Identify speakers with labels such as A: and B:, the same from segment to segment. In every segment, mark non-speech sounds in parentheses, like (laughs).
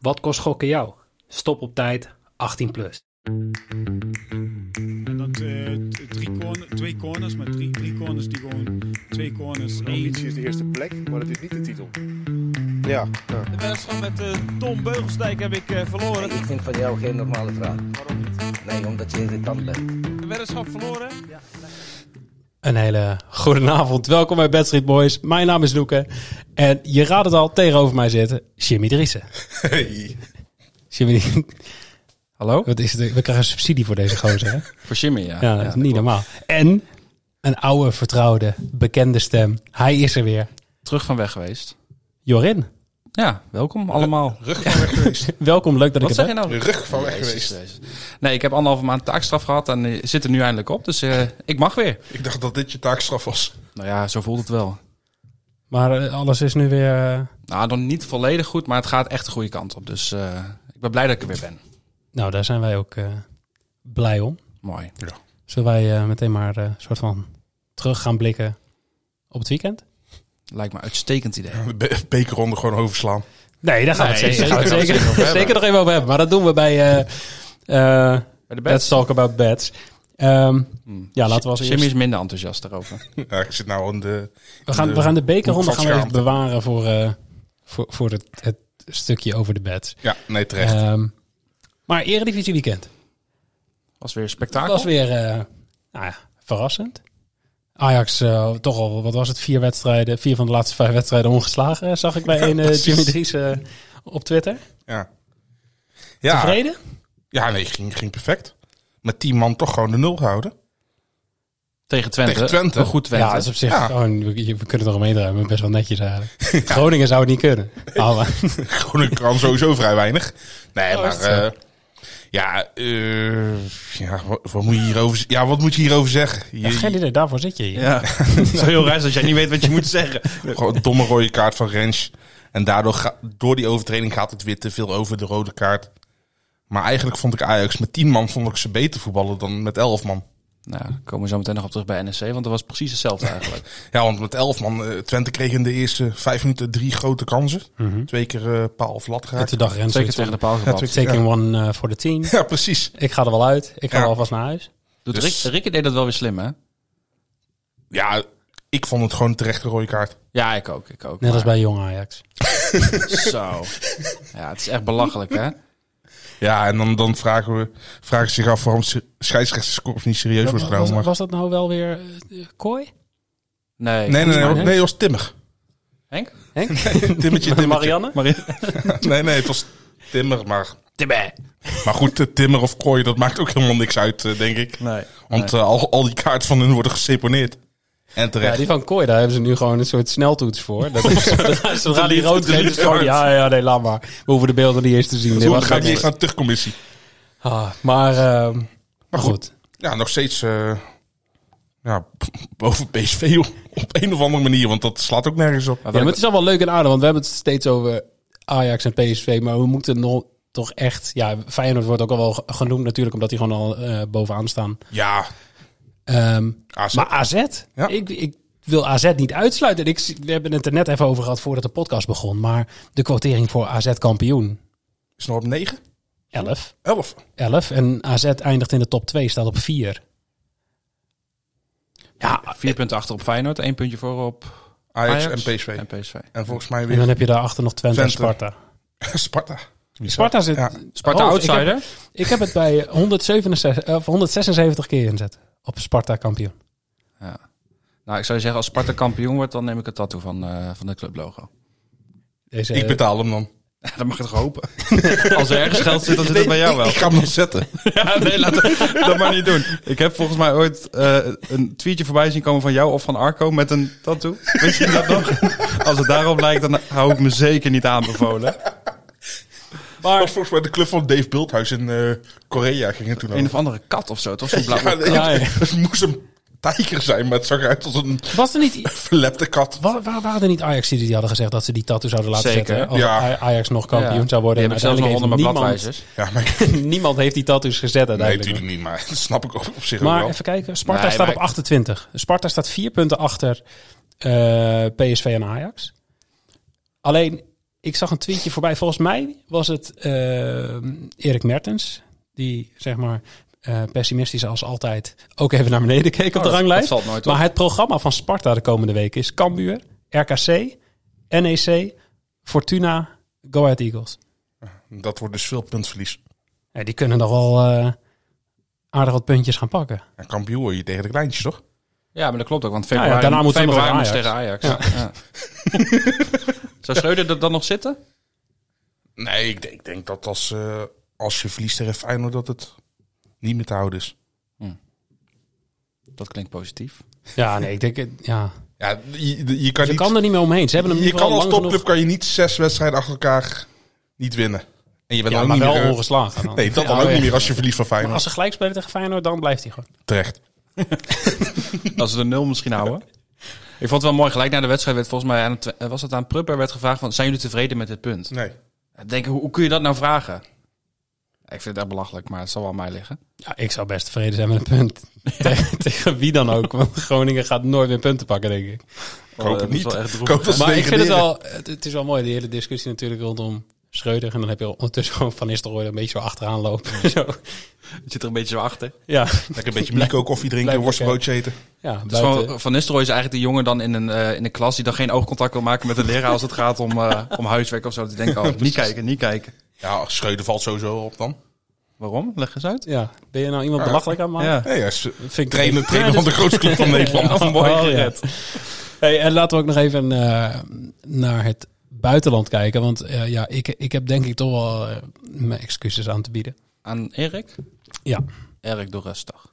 A: Wat kost gokken jou? Stop op tijd, 18 plus.
B: En dat eh, t- drie corner, twee corners, maar drie, drie corners die gewoon twee corners.
C: De
B: één-
C: ambitie is de eerste plek, maar dat is niet de titel. Ja, ja.
D: De wedstrijd met eh, Tom Beugelsdijk heb ik eh, verloren.
E: Ik vind van jou geen normale vraag.
D: Waarom niet?
E: Nee, omdat je irritant bent.
D: De weddenschap verloren.
F: Een hele goede avond. Welkom bij Bad Street Boys. Mijn naam is Loeke. En je raadt het al, tegenover mij zitten Jimmy Driessen.
G: Hey.
F: Jimmy,
G: Hallo?
F: wat is het? We krijgen een subsidie voor deze gozer, hè?
G: Voor Jimmy, Eh, ja.
F: Ja, dat is niet normaal. En een oude, vertrouwde, bekende stem. Hij is er weer.
G: Terug van weg geweest.
F: Jorin,
G: Ja, welkom allemaal.
C: Rug van weg geweest.
F: welkom. Leuk dat
G: Wat
F: ik het
G: zeg
F: heb.
G: je nou?
C: Rug van weg
G: Jezus,
C: geweest.
G: Jezus. Nee, ik heb anderhalve maand taakstraf gehad en eh, zit er nu eindelijk op. Dus eh, ik mag weer.
C: Ik dacht dat dit je taakstraf was. (laughs)
G: Nou ja, zo voelt het wel.
F: Maar eh, alles is nu weer... eh,
G: Nou, nog niet volledig goed, maar het gaat echt de goede kant op. Dus eh, ik ben blij dat ik er weer ben.
F: Nou, daar zijn wij ook eh, blij om.
G: Mooi.
F: Zullen wij eh, meteen maar eh, een soort van terug gaan blikken op het weekend?
G: Lijkt me een uitstekend idee.
C: De be- bekerronde gewoon overslaan.
F: Nee, daar gaan we
G: Nee,
F: het zeker,
G: daar gaan we het
F: zeker,
G: zeker over
F: zeker,
G: hebben.
F: nog even over hebben. Maar dat doen we bij eh eh
G: Bij
F: Let's
G: de best.
F: Talk About Bets. Ehm, ja, laten we als
G: Jimmy
F: eerst...
G: is minder enthousiast daarover.
C: Ja, ik zit nou aan de...
F: We gaan, we gaan de bekerronde
C: Hoek
F: gaan
C: van
F: we even
C: schaamte.
F: bewaren voor, eh, voor, voor het, het stukje over de bets.
C: Ja, nee, terecht.
F: Ehm, maar Eredivisie weekend.
G: Was weer
F: Dat
G: spektakel.
F: was weer eh, nou ja, verrassend. Ajax eh, toch al, wat was het, vier wedstrijden, vier van de laatste vijf wedstrijden ongeslagen, eh, zag ik bij een eh,
C: precies.
F: Jimmy Dries eh, op Twitter.
C: ja. Ja,
F: Tevreden?
C: ja, nee, ging, ging perfect. Met tien man toch gewoon de nul houden.
G: Tegen Twente.
C: Tegen Twente.
G: Een goed Twente.
F: Ja, dat is op zich
C: Ja. (laughs)
F: gewoon, we, je- we kunnen er omheen draaien, maar best wel netjes eigenlijk. (laughs) Groningen zou het niet kunnen. Ah, maar-
C: Groningen kan sowieso vrij weinig. Nee,
F: Oh, is
C: maar...
F: het zo?
C: eh, ja, eh, ja, wat, wat moet je hierover, z- ja, wat moet je hierover zeggen?
F: ja,
C: Je,
F: geen idee, daarvoor zit je hier.
G: Ja. (laughs) Het is wel heel raar als jij niet weet wat je moet zeggen.
C: Gewoon een domme rode kaart van Rens. En daardoor ga- door die overtreding gaat het weer te veel over de rode kaart. Maar eigenlijk vond ik Ajax met 10 man vond ik ze beter voetballen dan met 11 man.
G: Nou, daar komen we zo meteen nog op terug bij NSC, want dat was precies hetzelfde eigenlijk.
C: Ja, want met 11 man, eh, Twente kreeg in de eerste 5 minuten drie grote kansen.
F: Mhm.
C: Twee keer eh, paal of lat
F: En
C: geraakt.
F: toen dacht Rens
G: Zeker
F: zoiets
G: tegen de
F: van,
G: paal gebald.
C: Ja, twee-
F: taking one eh, for the team.
C: (laughs) Ja, precies.
F: Ik ga er wel uit. Ik ga
C: Ja.
F: wel alvast naar huis.
G: Doet
C: Dus-
G: Rick, Ricky deed dat wel weer slim, hè?
C: Ja, ik vond het gewoon terecht een rode kaart.
G: Ja, ik ook. Ik ook
F: Net als
G: maar-
F: bij Jong Ajax.
G: Zo. Ja, het is echt belachelijk, hè?
C: Ja, en dan, dan vragen, we, vragen ze zich af waarom se- scheidsrechterskorps niet serieus wordt
F: was,
C: genomen. maar-
F: was dat nou wel weer eh, kooi?
G: Nee.
C: Nee, nee, nee,
F: Henk?
C: nee, het was Timmer. (laughs)
G: Henk?
F: Henk? (laughs)
C: Timmertje, (laughs) Timmertje.
F: Marianne?
C: Nee, nee, het was Timmer, maar...
G: Tibbe.
C: Maar goed, eh, Timmer of Kooi, dat maakt ook helemaal niks uit, eh, denk ik.
G: Nee.
C: Want eh, al, al die kaarten van hun worden geseponeerd. En
F: Ja,
C: terecht.
F: die van kooi, daar hebben ze nu gewoon een soort sneltoets voor. Dat is, (laughs) zodra die
C: Delete-
F: rood geeft, is
C: delete
F: gewoon,
C: card.
F: ja, ja, nee, laat maar. We hoeven de beelden niet eens te zien. Dit
C: Toen
F: was
C: gaat
F: niks.
C: niet eens naar de terugcommissie.
F: Ah, maar, ehm,
C: Maar goed,
F: goed.
C: ja, nog steeds eh, ja, (laughs) p- boven PSV joh. (laughs) op een of andere manier. Want dat slaat ook nergens op.
G: Maar
F: Ja,
G: wat
F: maar
G: ik-
F: het is allemaal leuk en aardig, want we hebben het steeds over Ajax en PSV, maar we moeten nog toch echt, ja, Feyenoord wordt ook al wel ge- genoemd natuurlijk, omdat die gewoon al eh, bovenaan staan.
C: Ja,
F: Ehm,
C: AZ.
F: maar AZ,
C: Ja.
F: ik, ik wil AZ niet uitsluiten. En Ik, zie- we hebben het er net even over gehad voordat de podcast begon, maar de quotering voor AZ kampioen,
C: is nog op 9?
F: 11.
C: 11.
F: 11 en AZ eindigt in de top 2, staat op 4.
G: ja, vier punten achter op Feyenoord, één puntje voor op
C: Ajax,
G: Ajax,
C: en PSV.
G: En
C: En,
G: PSV.
C: volgens mij
F: En
C: weer
F: dan heb je daarachter nog Twente, en
C: Twente.
F: Sparta.
C: (laughs) Sparta. Wie
F: Sparta
C: zou-
F: zit...
C: Ja.
G: Sparta
F: Oh, ik heb-
G: outsider.
F: Ik heb het bij 177, of 176 keer inzet op Sparta kampioen.
G: Nou, ik zou je zeggen, als Sparta kampioen wordt, dan neem ik een tattoo van, eh, van de clublogo.
F: Deze,
C: Ik betaal hem dan.
G: (laughs) Dan mag je toch hopen? (laughs) Als er ergens geld zit, dan zit het bij jou wel.
C: (laughs) Ik ga hem nog zetten.
G: (laughs) Ja, nee, laat dat, dat maar niet doen. Ik heb volgens mij ooit eh, een tweetje voorbij zien komen van jou of van Arco met een tattoo. Weet je dat nog? Als het daarop lijkt, dan hou ik me zeker niet aanbevolen.
C: Maar was volgens mij de club van Dave Bulthuis in eh, Korea ging het toen
G: Een
C: over.
G: of andere kat of zo, toch? Zo'n blauw.
C: Ja, nee,
F: Ja, ja.
C: Het (laughs) moest een tijger zijn, maar het zag eruit als een
F: Was er niet,
C: verlepte kat.
F: waar, waar waren er niet ajax die hadden gezegd dat ze die tattoo zouden laten
G: Zeker,
F: zetten? Als
C: ja.
F: Aj- Ajax nog kampioen zou worden.
G: Die heb ik zelf nog
F: uiteindelijk
G: onder mijn
F: heeft
G: bladwijzers.
C: Ja, maar ik-
F: niemand, (laughs) niemand heeft die tattoos gezet
C: nee,
F: uiteindelijk.
C: natuurlijk niet, maar (laughs) dat snap ik ook op zich ook
F: maar
C: wel.
F: even kijken, Sparta
G: Nee,
F: staat
G: maar
F: op
G: ik-
F: 28. Sparta staat vier punten achter eh, PSV en Ajax. Alleen, ik zag een tweetje voorbij. Volgens mij was het eh, Erik Mertens. Die zeg maar eh, pessimistisch als altijd ook even naar beneden keek op de ranglijst.
G: Oh, Dat valt nooit
F: Maar het programma van Sparta de komende week is Cambuur, RKC, NEC, E Fortuna, Go Ahead Eagles.
C: Dat wordt dus veel puntverlies.
F: Ja, die kunnen nog wel eh, aardig wat puntjes gaan pakken.
C: En kampioen word je tegen de kleintjes, toch?
G: Ja, maar dat klopt ook. Want
F: ja,
G: februari,
F: daarna moeten we
G: februari
F: nog
G: moest
F: tegen
G: tegen Ajax. Ja. (laughs) Zou Schreuder er dan nog zitten?
C: Nee, ik denk, ik denk dat als, eh, als je verliest tegen Feyenoord dat het niet meer te houden is.
G: Dat klinkt positief.
F: Ja, nee, ik denk het. Ja.
C: Ja, Dus je, je kan
F: Je
C: niet...
F: kan er niet meer omheen. Ze hebben hem in
C: je
F: ieder
C: kan
F: geval
C: als
F: lang
C: topclub
F: genoeg-
C: kan je niet zes wedstrijden achter elkaar niet winnen. En je bent
F: Ja,
C: dan ook
F: maar wel
C: niet meer... eh,
F: ongeslagen. dan.
C: (laughs) Nee, dat
F: Ja,
C: dan ook
F: Oh, ja.
C: niet meer als je verliest van Feyenoord.
F: Maar als ze gelijk spelen tegen Feyenoord, dan blijft hij gewoon.
C: Terecht.
G: Als ze de nul misschien houden. Ik vond het wel mooi. Gelijk na de wedstrijd werd volgens mij aan het, eh, was het aan Prupper werd gevraagd van zijn jullie tevreden met dit punt?
C: Nee.
G: Ik denk, hoe, hoe kun je dat nou vragen? Ik vind het echt belachelijk, maar het zal wel aan mij liggen.
F: Ja, ik zou best tevreden zijn met een (laughs) punt. Tegen, tegen wie dan ook. Want Groningen gaat nooit meer punten pakken, denk ik.
C: Ik hoop
G: Oh,
C: het
G: dat is wel (laughs) echt
C: niet. Ik
G: droevig.
C: hoop Eh, dat ze
F: Maar ik vind het
C: degraderen.
F: wel... Het, het is wel mooi, die hele discussie natuurlijk rondom Schreuder. En dan heb je ondertussen gewoon Van Nistelrooy een beetje zo achteraan lopen. (laughs) Zo.
G: Het zit er een beetje zo achter.
F: Ja,
C: Lekker een beetje Mico koffie drinken
F: Blijf
C: en worstenbroodje eten.
F: ja
G: Dus
F: buiten.
G: van, van Nistelrooy is eigenlijk de jongen dan in een, eh, in een klas die dan geen oogcontact wil maken met de leraar als het gaat om, eh, (laughs) om huiswerk of zo. Die denken, oh, niet kijken, niet kijken.
C: Ja, Schreuder valt sowieso op dan.
G: Waarom? Leg eens uit.
F: Ja, ben je nou iemand belachelijk aan het maken?
G: Ja. (laughs)
C: Nee, hij is
F: Vind ik
C: trainer, trainer van de grootste club (laughs) van Nederland.
G: Oh, mooi
F: ja.
G: gered.
F: Hey, en laten we ook nog even eh, naar het buitenland kijken. Want eh, ja, ik, ik heb denk ik toch wel eh, mijn excuses aan te bieden.
G: Aan Erik?
F: Ja.
G: Erik, doe rustig.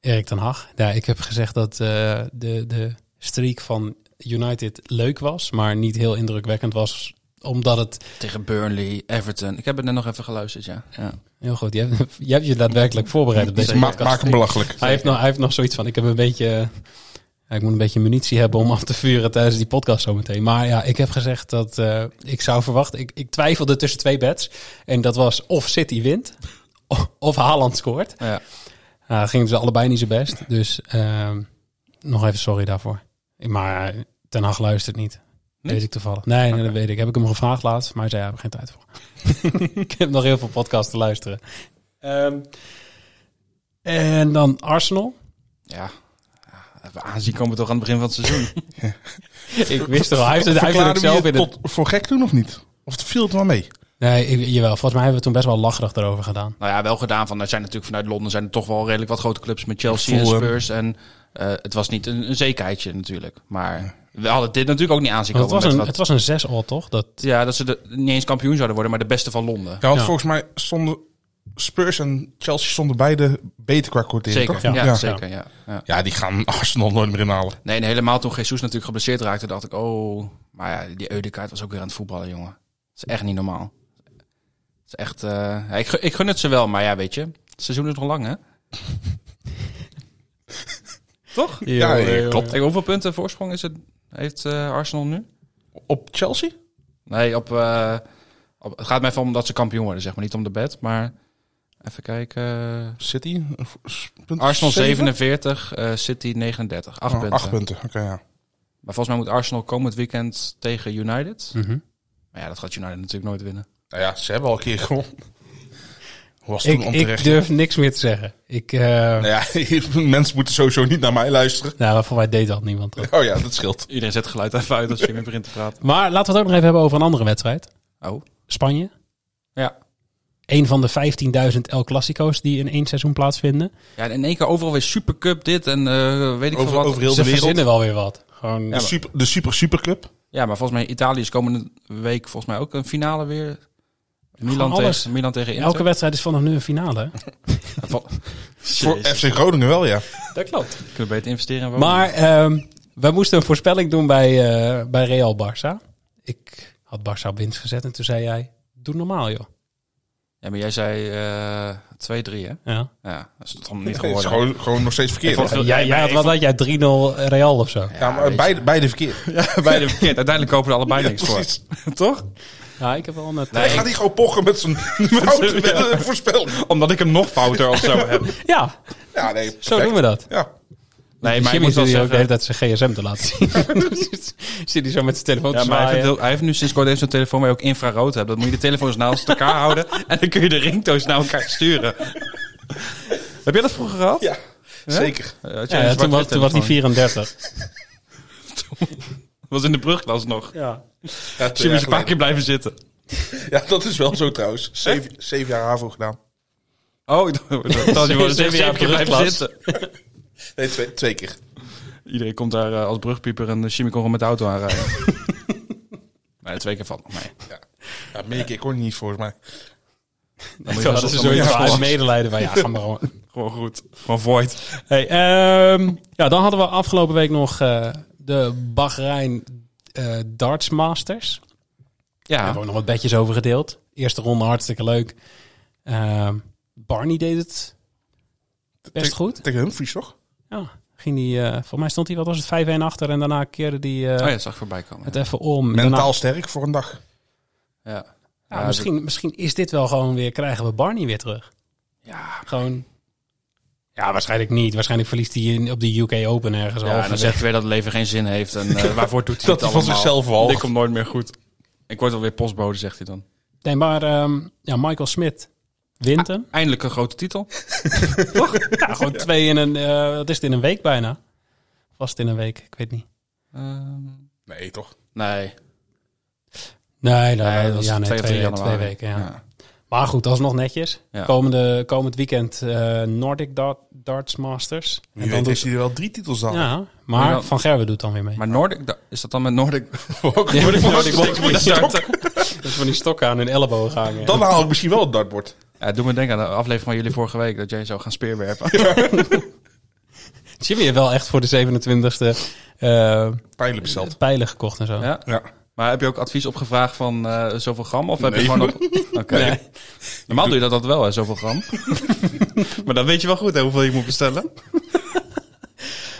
F: Erik ten Hag. Ja, ik heb gezegd dat eh, de, de streak van United leuk was, maar niet heel indrukwekkend was. Omdat het...
G: Tegen Burnley, Everton. Ik heb het net nog even geluisterd, ja. ja.
F: Heel goed, je hebt, je, hebt je daadwerkelijk voorbereid op deze
C: Maak,
F: podcast.
C: maak hem belachelijk.
F: Hij heeft, nog, hij heeft nog zoiets van, ik heb een beetje... ja, ik moet een beetje munitie hebben om af te vuren tijdens die podcast zometeen. Maar ja, ik heb gezegd dat eh, ik zou verwachten... Ik, ik twijfelde tussen twee bets. En dat was of City wint, of, of Haaland scoort.
G: ja.
F: Ja, gingen ze allebei niet zo best. Dus ehm, nog even sorry daarvoor. Maar eh, Ten Hag luistert niet.
G: Niet?
F: Weet ik toevallig. Nee, nee, dat weet ik. Heb ik hem gevraagd laatst, maar hij zei, ja, ik heb geen tijd voor. (laughs) ik heb nog heel veel podcasts te luisteren. Ehm, en dan Arsenal.
G: ja. Even aanzien komen we toch aan het begin van het seizoen.
F: Ik wist er al. Hij heeft het, hij heeft het ook
C: Verklaarde
F: zelf
C: je
F: in
C: het
F: het...
C: tot voor gek doen of niet? Of viel het wel mee?
F: Nee, ik- jawel. Volgens mij hebben we het toen best wel lacherig erover gedaan.
G: nou ja, wel gedaan. Van, er zijn natuurlijk vanuit Londen zijn er toch wel redelijk wat grote clubs met Chelsea en
C: Fulham.
G: Spurs. En eh, het was niet een, een zekerheidje natuurlijk. Maar we hadden dit natuurlijk ook niet aanzien
F: Want
G: komen.
F: het was
G: met
F: een, het was
G: wat-
F: een 6 all toch? Dat,
G: Ja, dat ze de, niet eens kampioen zouden worden, maar de beste van Londen.
C: Ja, want
F: Ja.
C: volgens mij stonden Spurs en Chelsea stonden beide beter qua quotering,
G: Zeker,
C: toch?
G: ja,
C: ja.
G: zeker, ja. ja.
C: Ja, die gaan (laughs) Arsenal nooit meer inhalen.
G: Nee, en helemaal toen Jesus natuurlijk geblesseerd raakte, dacht ik, oh... Maar ja, die Eudekaart was ook weer aan het voetballen, jongen. Dat is echt niet normaal. Dat is echt... eh, ja, ik, gun- ik gun het ze wel, maar ja, weet je, het seizoen is nog lang, hè? Toch?
C: Ja, ja, klopt.
G: Kijk, hoeveel punten voorsprong is het, heeft eh, Arsenal nu?
C: Op Chelsea?
G: Nee, op, eh, op... Het gaat mij even om dat ze kampioen worden, zeg maar. Niet om de bed, maar... Even kijken...
C: City? eh, v- s- punt
G: Arsenal
C: zeven?
G: 47, eh, City 39. Acht
C: Oh,
G: punten.
C: Acht punten, oké ja.
G: Maar volgens mij moet Arsenal komend weekend tegen United.
F: Mhm.
G: Maar ja, dat gaat United natuurlijk nooit winnen.
C: Nou ja, ze hebben al een keer gewonnen. (laughs) Hoe was het
F: ik,
C: toen onterecht?
F: ik durf niks meer te zeggen. Ik, eh,
C: Nou ja, (laughs) mensen moeten sowieso niet naar mij luisteren.
F: Nou, maar voor mij deed dat niemand. dat.
C: Oh ja, dat scheelt.
G: Iedereen zet geluid even uit als je weer begint te praten.
F: Maar laten we het ook nog even hebben over een andere wedstrijd.
G: Oh,
F: Spanje.
G: ja.
F: Een van de 15.000 El Clasico's die in één seizoen plaatsvinden.
G: Ja, en in één keer overal weer Supercup dit en eh, weet ik
C: Over-
G: veel wat.
C: over heel
F: Ze
C: de wereld.
F: verzinnen wel weer wat. Gewoon,
C: De super, de super Supercup.
G: Ja, maar volgens mij Italië is komende week volgens mij ook een finale weer. Milan,
F: alles.
G: tegen, Milan tegen Inter.
F: Elke wedstrijd is vanaf nu een finale.
G: Val-
C: Voor
G: Jezus,
C: FC Groningen wel, ja.
F: Dat klopt.
G: Kunnen we beter investeren in wonen.
F: Maar ehm wij moesten een voorspelling doen bij, eh, bij Real Barça. Ik had Barça op winst gezet en toen zei jij, doe normaal joh.
G: Ja, maar jij zei eh 2-3 hè?
F: Ja.
G: Ja, dat is (laughs) toch niet
C: Het is
G: geworden.
C: gewoon, gewoon nog steeds verkeerd.
G: Ik vond-
C: hè?
F: jij, jij had wat had jij 3-0 Real of zo.
C: Ja, maar beide, beide verkeerd.
G: Beide verkeerd. Uiteindelijk kopen er (laughs) allebei niks voor.
C: Precies.
G: Toch?
F: Ja, ik heb wel net...
C: Hij gaat niet gewoon pochen met zijn fouten met een voorspelling.
G: (laughs) Omdat ik hem nog fouter of zo heb.
F: Ja,
C: Ja, nee,
F: zo doen we dat.
C: Ja,
G: Nee, maar ik
F: Jimmy
G: moet wel
F: zit hier ook de hele
G: zeggen...
F: tijd zijn gsm te laten zien. (laughs) Dus zit hij zo met zijn telefoon
G: Ja,
F: te
G: maar hij, heeft
F: zwaaien.
G: heel- hij heeft nu sinds kort even zo'n telefoon waar je ook infrarood hebt. Dan moet je de telefoons naast (laughs) elkaar houden en dan kun je de ringtoons naar elkaar sturen. (laughs) Heb jij dat vroeger gehad?
C: Ja, zeker.
G: Ja, had jij
F: Ja,
G: een
F: ja, toen, was,
G: zwart-wit
F: toen was hij
G: telefoon?
F: 34.
G: was in de brugklas nog.
F: Ja.
C: Ja,
G: Dus je
C: twee
G: moest een
C: jaar
G: paar
C: geleden.
G: keer blijven zitten.
C: ja, dat is wel zo trouwens. Zeven, zeven jaar HAVO gedaan.
G: Oh, (laughs) ik dacht dat je wel zeven jaar keer blijven
F: brugklas.
G: zitten.
C: Nee, twee, twee keer.
G: Iedereen komt daar eh, als brugpieper en Jimmy kon gewoon met de auto (laughs) aanrijden. nee, twee keer valt nog mee.
C: Ja, meer keer kon je niet volgens mij.
G: Dan moet je
F: Toen hadden
G: vast-
F: ze
G: dan moet je
F: zoiets van
G: vast-
F: uit (laughs) medelijden van ja, ga maar gewoon.
G: Gewoon goed. Gewoon void.
F: Hey, ehm, ja, dan hadden we afgelopen week nog eh, de Bahrein eh, Darts Masters. Daar
G: Ja,
F: hebben we ook nog wat bedjes over gedeeld. Eerste ronde hartstikke leuk. Ehm, Barney deed het best
C: Tegen-
F: goed.
C: Tegen Humphries toch?
F: Ja, ging die, eh, volgens mij stond hij, wat was het, 5-1 achter. En daarna keerde die eh,
G: oh, ja dat zag ik voorbij komen.
F: het even om.
C: Mentaal
F: Daarna-
C: sterk voor een dag.
G: Ja. Ja.
F: ja, misschien, misschien is dit wel gewoon weer, krijgen we Barney weer terug.
G: Ja,
F: Gewoon... Ja, waarschijnlijk niet. Waarschijnlijk verliest hij in- op de UK Open ergens.
G: Ja, en dan
F: halverwege.
G: zegt hij weer dat het leven geen zin heeft. En eh, waarvoor doet hij
C: Dat
G: het
C: hij van
G: allemaal?
C: zichzelf walgt.
G: Dit komt nooit meer goed. Ik word alweer postbode, zegt hij dan.
F: Nee, maar ehm, ja, Michael Smit wint hem.
G: Eindelijk een grote titel.
F: Ja, gewoon twee in een... eh, wat is het, in een week bijna? Vast in een week, ik weet niet.
G: Ehm,
C: Nee, toch?
G: nee.
F: Nee, nee,
G: Nee, dat was
F: ja, nee,
G: twee
F: twee,
G: of drie januari.
F: twee weken, ja.
G: Ja.
F: Maar goed, alsnog netjes.
G: Ja.
F: Komende, komend weekend eh, Nordic Dart, Darts Masters.
C: Wie weet heeft hij er wel drie titels dan.
F: Ja,
G: Maar
F: maar
G: dan-
F: Van Gerwen doet dan weer mee.
G: Maar Nordic, da- is dat dan met Nordic? (laughs)
C: Ook
G: Ja,
C: voor
G: Nordic
C: de volgende
G: Walk
C: keer met
G: Start.
C: stok.
F: Dus van die stokken aan hun elleboog hangen.
C: Dan haal ik misschien wel het dartbord.
G: Ja, doe me denken aan de aflevering van jullie vorige week. Dat jij zou gaan speerwerpen.
F: Jimmy heeft wel echt voor de 27e eh
C: Pijlen besteld.
F: pijlen gekocht en zo.
G: ja?
C: Ja.
G: Maar heb je ook advies opgevraagd van eh, zoveel gram? Of heb
C: Nee.
G: je gewoon op... Oké.
F: Nee.
G: Normaal doe je dat altijd wel, hè, zoveel gram. (laughs) maar dan weet je wel goed hè, hoeveel je moet bestellen.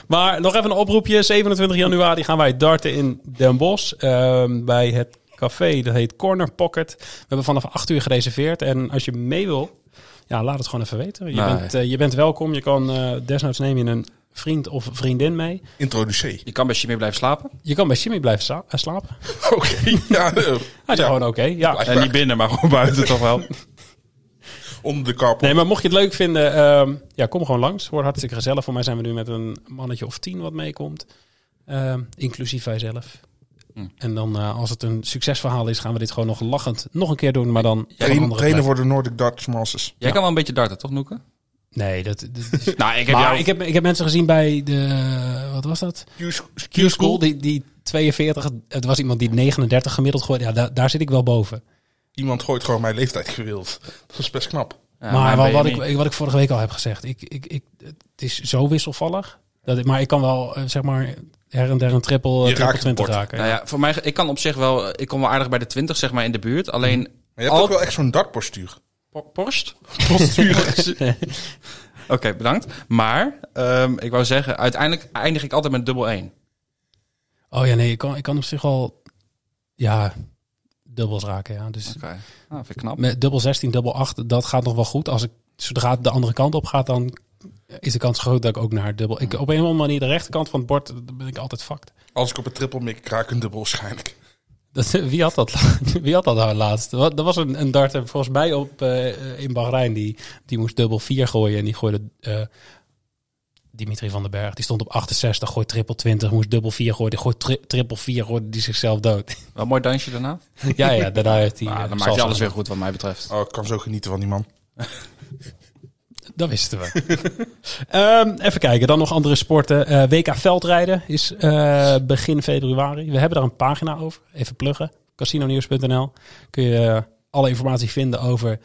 F: Maar nog even een oproepje. 27 januari gaan wij darten in Den Bosch. ehm, bij het café, dat heet Corner Pocket. We hebben vanaf 8 uur gereserveerd. En als je mee wil, ja, laat het gewoon even weten. Je,
G: Nee.
F: bent, eh, je bent welkom. Je kan eh, desnoods neem je een vriend of vriendin mee.
C: Introduceer.
G: Je kan bij Chimie blijven slapen.
F: Je kan bij Jimmy blijven sla- eh, slapen.
C: Oké. Ja, eh,
F: Hij is
C: ja,
F: gewoon oké. ja.
G: En niet binnen, maar gewoon buiten toch wel.
C: onder de karpel.
F: Nee, maar mocht je het leuk vinden, ehm, ja, kom gewoon langs. Wordt hartstikke gezellig. Voor mij zijn we nu met een mannetje of tien wat meekomt. Ehm, inclusief jijzelf.
G: Hm.
F: En dan, eh, als het een succesverhaal is, gaan we dit gewoon nog lachend nog een keer doen. Maar dan op een
C: Train-
F: andere
C: trainen
F: plek.
C: voor de Nordic Darts Masters.
G: Jij kan wel een beetje darten, toch Noeke?
F: Nee, dat, (laughs) dat-
G: Nou, ik heb
F: maar
G: jou...
F: ik, heb, ik heb mensen gezien bij de... Wat was dat? Q-School. Die, die 42, het was iemand die 39 gemiddeld gooide. Ja, da- daar zit ik wel boven.
C: Iemand gooit gewoon mijn leeftijd gewild. Dat is best knap.
G: Ja,
F: maar
G: ben
F: wat,
G: je
F: wat,
G: niet-
F: ik, wat ik vorige week al heb gezegd, ik, ik, ik, het is zo wisselvallig. Dat ik, maar ik kan wel, eh, zeg maar, her en der een triple, eh,
C: Je
F: triple
C: raakt het
F: 20
C: bord.
F: raken.
G: Nou ja, voor mij, ik kan op zich wel, ik kom wel aardig bij de 20, zeg maar, in de buurt.
F: Mm.
G: Alleen,
C: Maar je hebt
G: Al-
C: ook wel echt zo'n dartborstuur.
G: por- (laughs) Porst?
C: Postuur.
F: (laughs)
G: Oké, bedankt. Maar, ehm, ik wou zeggen, uiteindelijk eindig ik altijd met dubbel 1.
F: Oh ja, nee, ik kan, ik kan op zich wel, ja, dubbels raken. Ja. Dus
G: Oké, nou, vind ik knap.
F: met dubbel 16, dubbel 8, dat gaat nog wel goed. Als ik, zodra het de andere kant op gaat, dan is de kans groot dat ik ook naar dubbel... Ik, op een of andere manier, de rechterkant van het bord, dan ben ik altijd fucked.
C: Als ik op een triple mik, raak ik een dubbel waarschijnlijk.
F: Dat, (laughs) wie, had dat, la- (laughs) wie had dat nou laatst? Wat- Er was een, een darter volgens mij op, eh, in Bahrein. Die, die moest dubbel 4 gooien. En die gooide eh, Dimitri van den Berg. Die stond op 68, gooit triple 20. Moest dubbel 4 gooien. Die gooit tri- triple 4, gooide die zichzelf dood. (laughs)
G: Wel een mooi dansje daarna.
F: ja, ja, daarna heeft hij...
G: Nou,
F: eh,
G: dan maak je
F: salsa.
G: alles weer goed wat mij betreft.
C: Oh, ik kan zo genieten van die
F: (laughs)
C: man.
F: Dat wisten we. (laughs) Ehm, even kijken, dan nog andere sporten. Eh, WK veldrijden is eh, begin februari. We hebben daar een pagina over. Even pluggen. Casinonews.nl kun je eh, alle informatie vinden over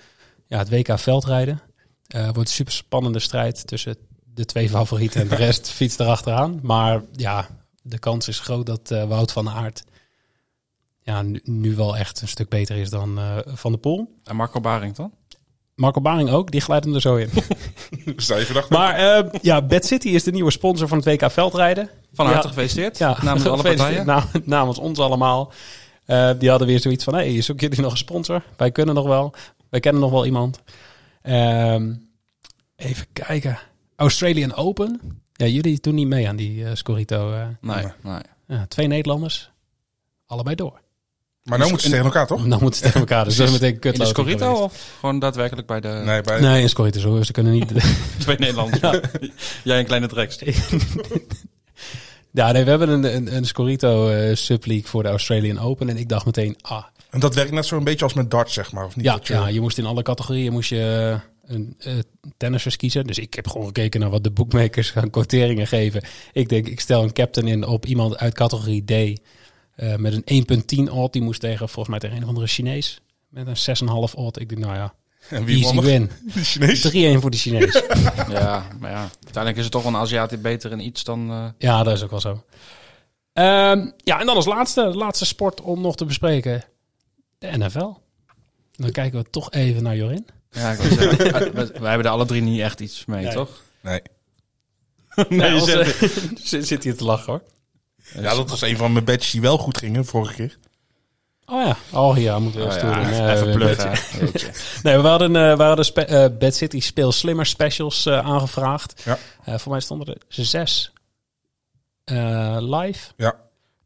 F: ja, het WK veldrijden. Eh wordt een super spannende strijd tussen de twee favorieten en de rest fietst erachteraan. Maar ja, de kans is groot dat eh, Wout van Aert ja, nu, nu wel echt een stuk beter is dan eh, Van der Poel.
G: En Marco Baring dan?
F: Marco Baring ook, die glijdt hem er zo in.
C: Sta je vandaag
F: Maar eh, ja, Bad City is de nieuwe sponsor van het WK Veldrijden.
G: Van harte
F: Ja.
G: gefeliciteerd.
F: Ja, (laughs)
G: Namens alle partijen.
F: Nou, namens ons allemaal. Eh, die hadden weer zoiets van, hé, hey, zoek jullie nog een sponsor? Wij kunnen nog wel. Wij kennen nog wel iemand. Ehm, even kijken. Australian Open. Ja, jullie doen niet mee aan die eh, Scorito. eh.
G: Nee, nee.
F: Ja, twee Nederlanders, allebei door. (laughs)
C: Maar nou moeten ze tegen elkaar, toch?
F: Dan moeten ze tegen elkaar. Dus dat is meteen
G: In de
F: kutloting
G: Scorito
F: geweest.
G: of gewoon daadwerkelijk bij de
C: Nee, bij,
F: Nee, in Scorito. Zo, ze kunnen niet...
G: (laughs)
F: (laughs)
G: twee Nederlanders? (laughs) Jij een kleine Drex.
F: Ja, nee, we hebben een, een, een Scorito eh, subleague voor de Australian Open. En ik dacht meteen, ah,
C: En dat werkt net zo'n beetje als met darts, zeg maar. Of niet?
F: ja,
C: Dat je-
F: ja, je moest in alle categorieën moest je eh, een eh, tennissers kiezen. Dus ik heb gewoon gekeken naar wat de boekmakers gaan quoteringen geven. Ik denk, ik stel een captain in op iemand uit categorie D eh, met een 1.10 odd. Die moest tegen, volgens mij tegen een of andere Chinees met een 6,5 odd. Ik denk, nou ja,
C: en (laughs) wie
F: easy
C: won er? (laughs)
F: win.
C: De Chinees?
F: 3-1 voor de
C: (laughs)
F: Chinees.
G: Ja, maar ja. Uiteindelijk is het toch wel een Aziat beter in iets dan... eh,
F: Ja, dat is ook wel zo. Ehm, ja, en dan als laatste, laatste sport om nog te bespreken. De NFL. Dan kijken we toch even naar Jorin.
G: Ja, (laughs) ik wou zeggen, eh, we, we hebben er alle drie niet echt iets mee,
F: Nee.
G: toch? (laughs) eh,
C: Nee.
F: Nee,
G: je zegt
F: (laughs) zit, zit hier te lachen hoor.
C: Ja, dat was een van mijn badges die wel goed gingen vorige keer.
F: Oh ja, oh ja, moeten we
G: Oh
F: even
G: ja,
F: doen.
G: even
F: Eh,
G: even
F: we-
G: pluggen. Jeetje.
F: Nee, we hadden, eh we hadden spe- eh, Bad City Speel Slimmer Specials eh, aangevraagd.
C: Ja.
F: Eh, voor mij stonden er zes eh, live.
C: Ja.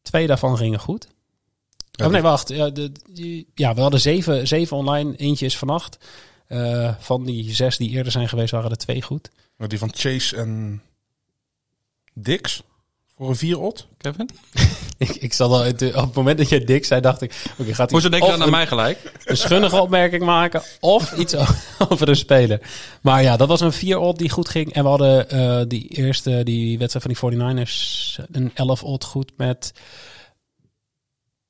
F: Twee daarvan gingen goed.
C: Ja,
F: oh nee, wacht. Ja, de, die- ja, we hadden zeven, zeven online. Eentje is vannacht. Eh, van die zes die eerder zijn geweest, waren er twee goed. (laughs)
C: Maar Die van Chase en Dix voor een 4 odd.
G: Kevin?
F: ik, ik zat al, het- op het moment dat jij dik zei, dacht ik... Oké, gaat hij
G: Hoezo denk je
F: of
G: dan naar
F: een-
G: mij (laughs) gelijk?
F: een schunnige opmerking maken of iets o- (laughs) over een speler. Maar ja, dat was een 4-odd die goed ging. En we hadden eh, die eerste, die wedstrijd van die 49ers, een 11-odd goed met...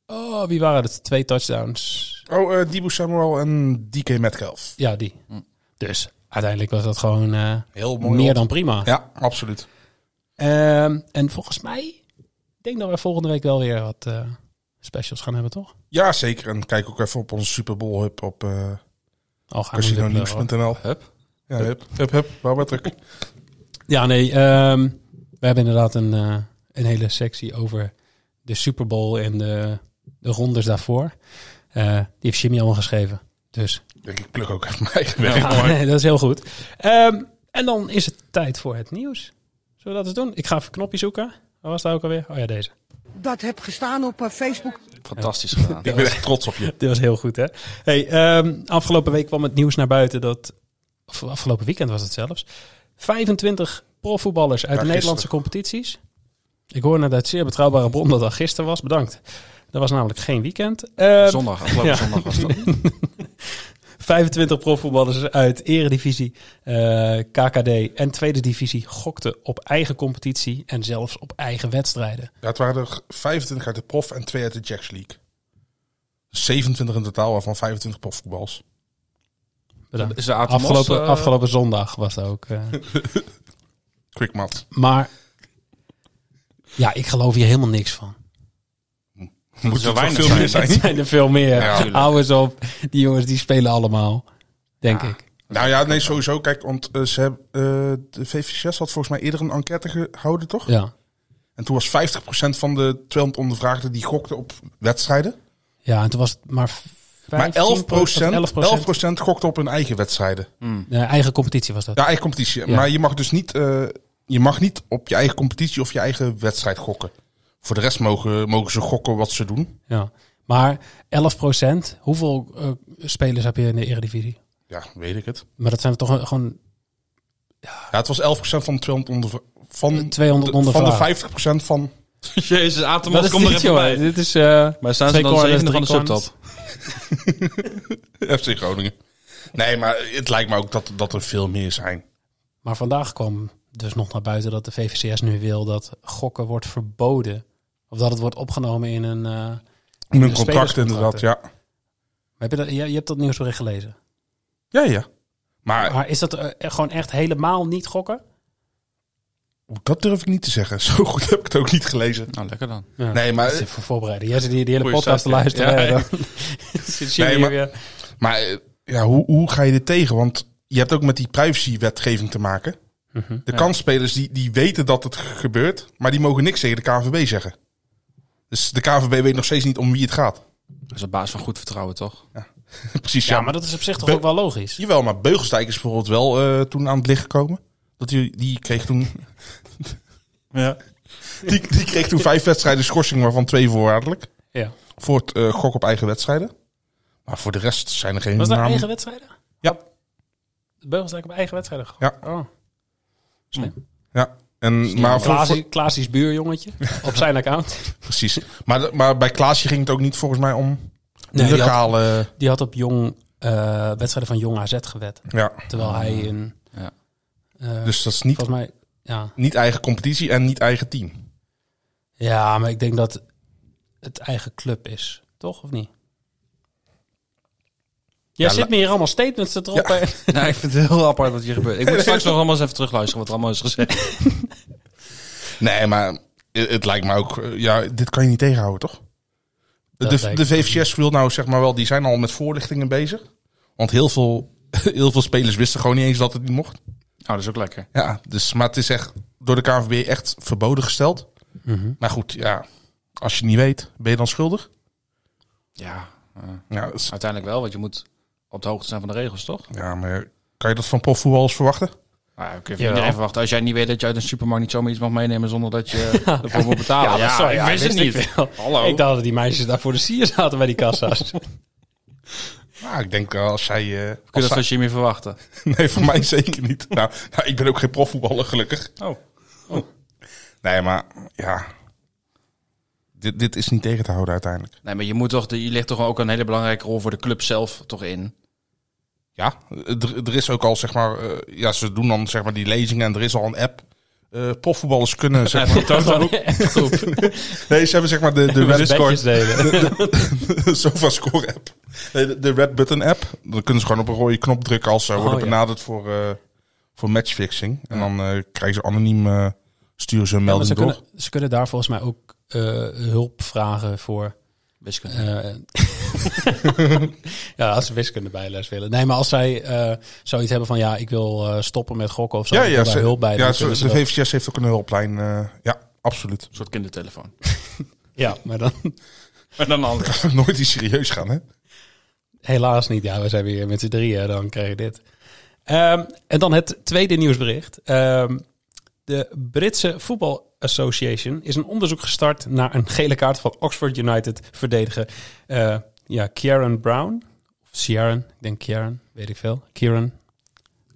F: Oh, wie waren het? Twee touchdowns.
C: Oh, eh Debo Samuel en DK Metcalf.
F: Ja, die. Dus uiteindelijk was dat gewoon eh,
C: Heel mooi.
F: meer
C: odd.
F: dan prima.
C: Ja, absoluut.
F: Ehm, en volgens mij, ik denk dat we volgende week wel weer wat eh, specials gaan hebben, toch?
C: Ja, zeker. En kijk ook even op onze Super Bowl hub op eh
F: Al gaan we weer pluggen, hoor.
C: casinonews.nl.
G: Hup.
C: Ja, hup, hup, hup. Waar werd druk?
F: Ja, nee. ehm, we hebben inderdaad een, eh, een hele sectie over de Super Bowl en de, de rondes daarvoor. Eh, die heeft Jimmy allemaal geschreven. Dus
C: Denk ik plug ook even mijn eigen werk.
F: Ah, (laughs) nee, dat is heel goed. Ehm, en dan is het tijd voor het nieuws. Zullen we dat eens doen? Ik ga even een knopje zoeken. Waar was dat ook alweer? Oh ja, deze.
H: dat heb gestaan op eh, Facebook.
G: (laughs) Fantastisch gedaan.
C: Ik ben echt trots op je.
F: Dit was heel goed, hè? Hey, ehm, afgelopen week kwam het nieuws naar buiten dat... Of afgelopen weekend was het zelfs. 25 profvoetballers uit de
C: gisteren.
F: Nederlandse competities. Ik hoor net uit zeer betrouwbare bron dat dat gisteren was. Bedankt. Dat was namelijk geen weekend. Ehm, (laughs)
G: Zondag, afgelopen
F: Ja.
G: zondag was (laughs) dat.
F: 25 profvoetballers uit Eredivisie, eh, KKD en Tweede Divisie gokten op eigen competitie en zelfs op eigen wedstrijden.
C: Ja, het waren er 25 uit de prof en 2 uit de Jacks League. 27 in totaal, waarvan 25 profvoetbals.
F: Bedankt.
G: Is de Atemos,
F: Afgelopen,
G: eh,
F: afgelopen zondag was dat ook. eh,
C: Quick mat.
F: Maar ja, ik geloof hier helemaal niks van.
C: Moet
G: zo
C: (laughs) er toch
G: weinig
C: veel meer zijn. (laughs)
F: Het zijn er veel meer.
C: Ja,
F: Houden
C: tuurlijk.
F: Hou eens op. Die jongens die spelen allemaal. Denk ik.
C: Nou ja, nee, sowieso. Kijk, want eh, ze hebben, eh, de VVCS had volgens mij eerder een enquête gehouden, toch?
F: Ja.
C: En toen was 50% van de 200 ondervraagden die gokten op wedstrijden.
F: ja, en toen was het maar 15%.
C: Maar 11%, 11,
F: 11%.
C: gokte op hun eigen wedstrijden.
F: Nee, eigen competitie was dat.
C: Ja, eigen competitie.
F: Ja.
C: Maar je mag dus niet, eh, je mag niet op je eigen competitie of je eigen wedstrijd gokken. Voor de rest mogen, mogen ze gokken wat ze doen.
F: Ja. Maar 11%, hoeveel eh, spelers heb je in de Eredivisie?
C: Ja, weet ik het.
F: Maar dat zijn er toch een- gewoon
C: Ja, het was 11% van de 200 onder,
F: Eh,
C: van,
F: 200
C: de, van de
F: ondervragen.
C: 50% van...
G: (laughs)
C: (laughs)
G: Jezus,
F: Dat
G: Atemos,
F: is
G: kom er
F: dit,
G: even
F: joh.
G: bij.
F: Dit is... eh,
G: Maar staan ze
F: Twee
G: dan
F: corners,
G: zevende van de
F: drie corners.
G: subtop?
C: FC Groningen. Nee, maar het lijkt me ook dat, dat er veel meer zijn.
F: maar vandaag kwam dus nog naar buiten dat de VVCS nu wil dat gokken wordt verboden. Of dat het wordt opgenomen in een... eh,
C: In hun
F: De
C: contract inderdaad, ja.
F: Maar heb je, dat, je, je hebt dat nieuwsbericht gelezen.
C: Ja, ja. Maar
F: Maar is dat eh, gewoon echt helemaal niet gokken?
C: oh, dat durf ik niet te zeggen. (laughs) Zo goed heb ik het ook niet gelezen.
G: Nou, lekker dan.
C: Nee, maar
F: Dat is even voor voorbereiden. Jij zit hier die hele
G: Goeie
F: podcast te
G: zaak, hè?
F: luisteren.
G: Ja,
F: hè,
G: ja.
F: dan- Zit Jimmy
C: Nee, maar-
F: hier weer.
C: Maar eh, ja, hoe, hoe ga je dit tegen? Want je hebt ook met die privacywetgeving te maken.
F: Mhm,
C: de kansspelers die, die weten dat het ge- gebeurt, maar die mogen niks tegen de KNVB zeggen. Dus de KNVB weet nog steeds niet om wie het gaat. (laughs)
G: Dat is op basis van goed vertrouwen, (laughs) toch?
C: Precies, ja.
F: Ja, maar dat is op zich toch
C: Be-
F: ook wel logisch? (laughs)
C: Jawel, maar Beugelsdijk is bijvoorbeeld wel eh, toen aan het licht gekomen. Dat die, die kreeg toen...
G: Ja.
C: Die, die kreeg toen vijf wedstrijden schorsing, waarvan twee voorwaardelijk.
F: Ja.
C: Voor het eh, gok op eigen wedstrijden. Maar voor de rest zijn er geen
F: Was dat
C: namen.
F: eigen wedstrijden?
C: Ja.
F: De Beugelsdijk op eigen wedstrijden.
C: Ja.
F: Oh.
C: Ja. En, maar, voor,
F: Klaas,
C: voor-
F: Klaas is buurjongetje op
C: (laughs)
F: zijn account.
C: precies. Maar, de- maar bij Klaasje ging het ook niet volgens mij om de
F: die, had,
C: lokale...
F: die had op jong, eh, wedstrijden van Jong AZ gewet.
C: Ja,
F: Terwijl hij een...
G: Ja.
F: eh,
C: Ah, dus dat is niet,
F: Volgens mij... Ja.
C: niet eigen competitie en niet eigen team.
F: ja, maar ik denk dat het eigen club is. Toch? Of niet? Jij
C: Ja,
F: zit me hier allemaal statements te droppen.
G: Nou, ik vind het heel apart wat hier gebeurt. (laughs) Ik moet straks nog allemaal eens even terugluisteren wat er allemaal is gezegd.
C: Nee, maar het, het lijkt me ook... eh, Ja, dit kan je niet tegenhouden, toch?
F: Dat
C: De,
F: lijkt
C: de
F: me
C: VVCS wil nou zeg maar wel... Die zijn al met voorlichtingen bezig. Want heel veel, (laughs) heel veel spelers wisten gewoon niet eens dat het niet mocht.
G: Oh, dat is ook lekker.
C: Ja, dus, maar het is echt door de KNVB echt verboden gesteld.
F: Mhm.
C: Maar goed, ja, als je niet weet, ben je dan schuldig?
G: Ja, eh,
C: Ja, dat is-
G: uiteindelijk wel, want je moet op de hoogte zijn van de regels, toch?
C: ja maar kan je dat van profvoetballers verwachten?
G: Nou, ja, kun je
F: Jawel.
G: van iedereen verwachten. Als jij niet weet dat je uit een supermarkt niet zomaar iets mag meenemen zonder
F: (laughs)
G: dat je ervoor moet betalen.
F: maar sorry, ja, ik veel. (laughs)
G: Hallo.
F: Ik dacht dat die meisjes daar voor de sier zaten bij die (laughs) kassa's.
C: Nou, ik denk eh, als zij... eh
G: Kun
C: als
G: je dat
C: zij-
G: van Jimmy verwachten?
C: (laughs) Nee, voor mij zeker niet. Nou, nou, ik ben ook geen profvoetballer, gelukkig.
G: Oh.
C: Nee, maar ja... Dit, dit is niet tegen te houden uiteindelijk.
G: Nee, maar je, moet toch, de- je ligt toch ook een hele belangrijke rol voor de club zelf toch in?
C: Ja, er, er is ook al zeg maar... eh, ja, ze doen dan zeg maar die lezingen en er is al een app. Eh profvoetballers
G: (laughs)
C: kunnen zeg maar... Nee, ze hebben zeg maar de, de,
F: Met
C: web-
F: bedjes delen.
C: Sofa Score app. Nee, de- de Red Button app. Dan kunnen ze gewoon op een rode knop drukken als ze worden
F: Oh, ja.
C: benaderd voor, eh, voor matchfixing. En dan eh, krijgen ze anoniem, eh, sturen ze een
F: Ja, maar
C: melding
F: ze,
C: door.
F: kunnen, ze kunnen daar volgens mij ook eh, hulp vragen voor.
G: Wiskunde.
F: eh, (laughs) ja, als ze wiskunde bijles willen. Nee, maar als zij eh, zoiets hebben van ja, ik wil eh, stoppen met gokken of zo.
C: ja,
F: ik
C: ja,
F: wil daar
C: ze-
F: hulp bij. dus dan
C: ja ze-
F: kunnen ze
C: de
F: dat-
C: VVCS heeft ook een hulplijn. eh, ja, absoluut.
G: Een soort (laughs) kindertelefoon.
F: ja, maar dan
G: En dan anders.
C: (laughs) Nooit iets serieus
F: (laughs)
C: gaan, hè?
F: helaas niet. Ja, we zijn weer met z'n drieën, dan krijg je dit. Ehm, en dan het tweede nieuwsbericht. Ehm, de Britse Voetbal Association is een onderzoek gestart naar een gele kaart van Oxford United verdediger. eh, ja, Kieran Brown. Of Ciaran, ik denk Kieran, weet ik veel. Kieran. Ik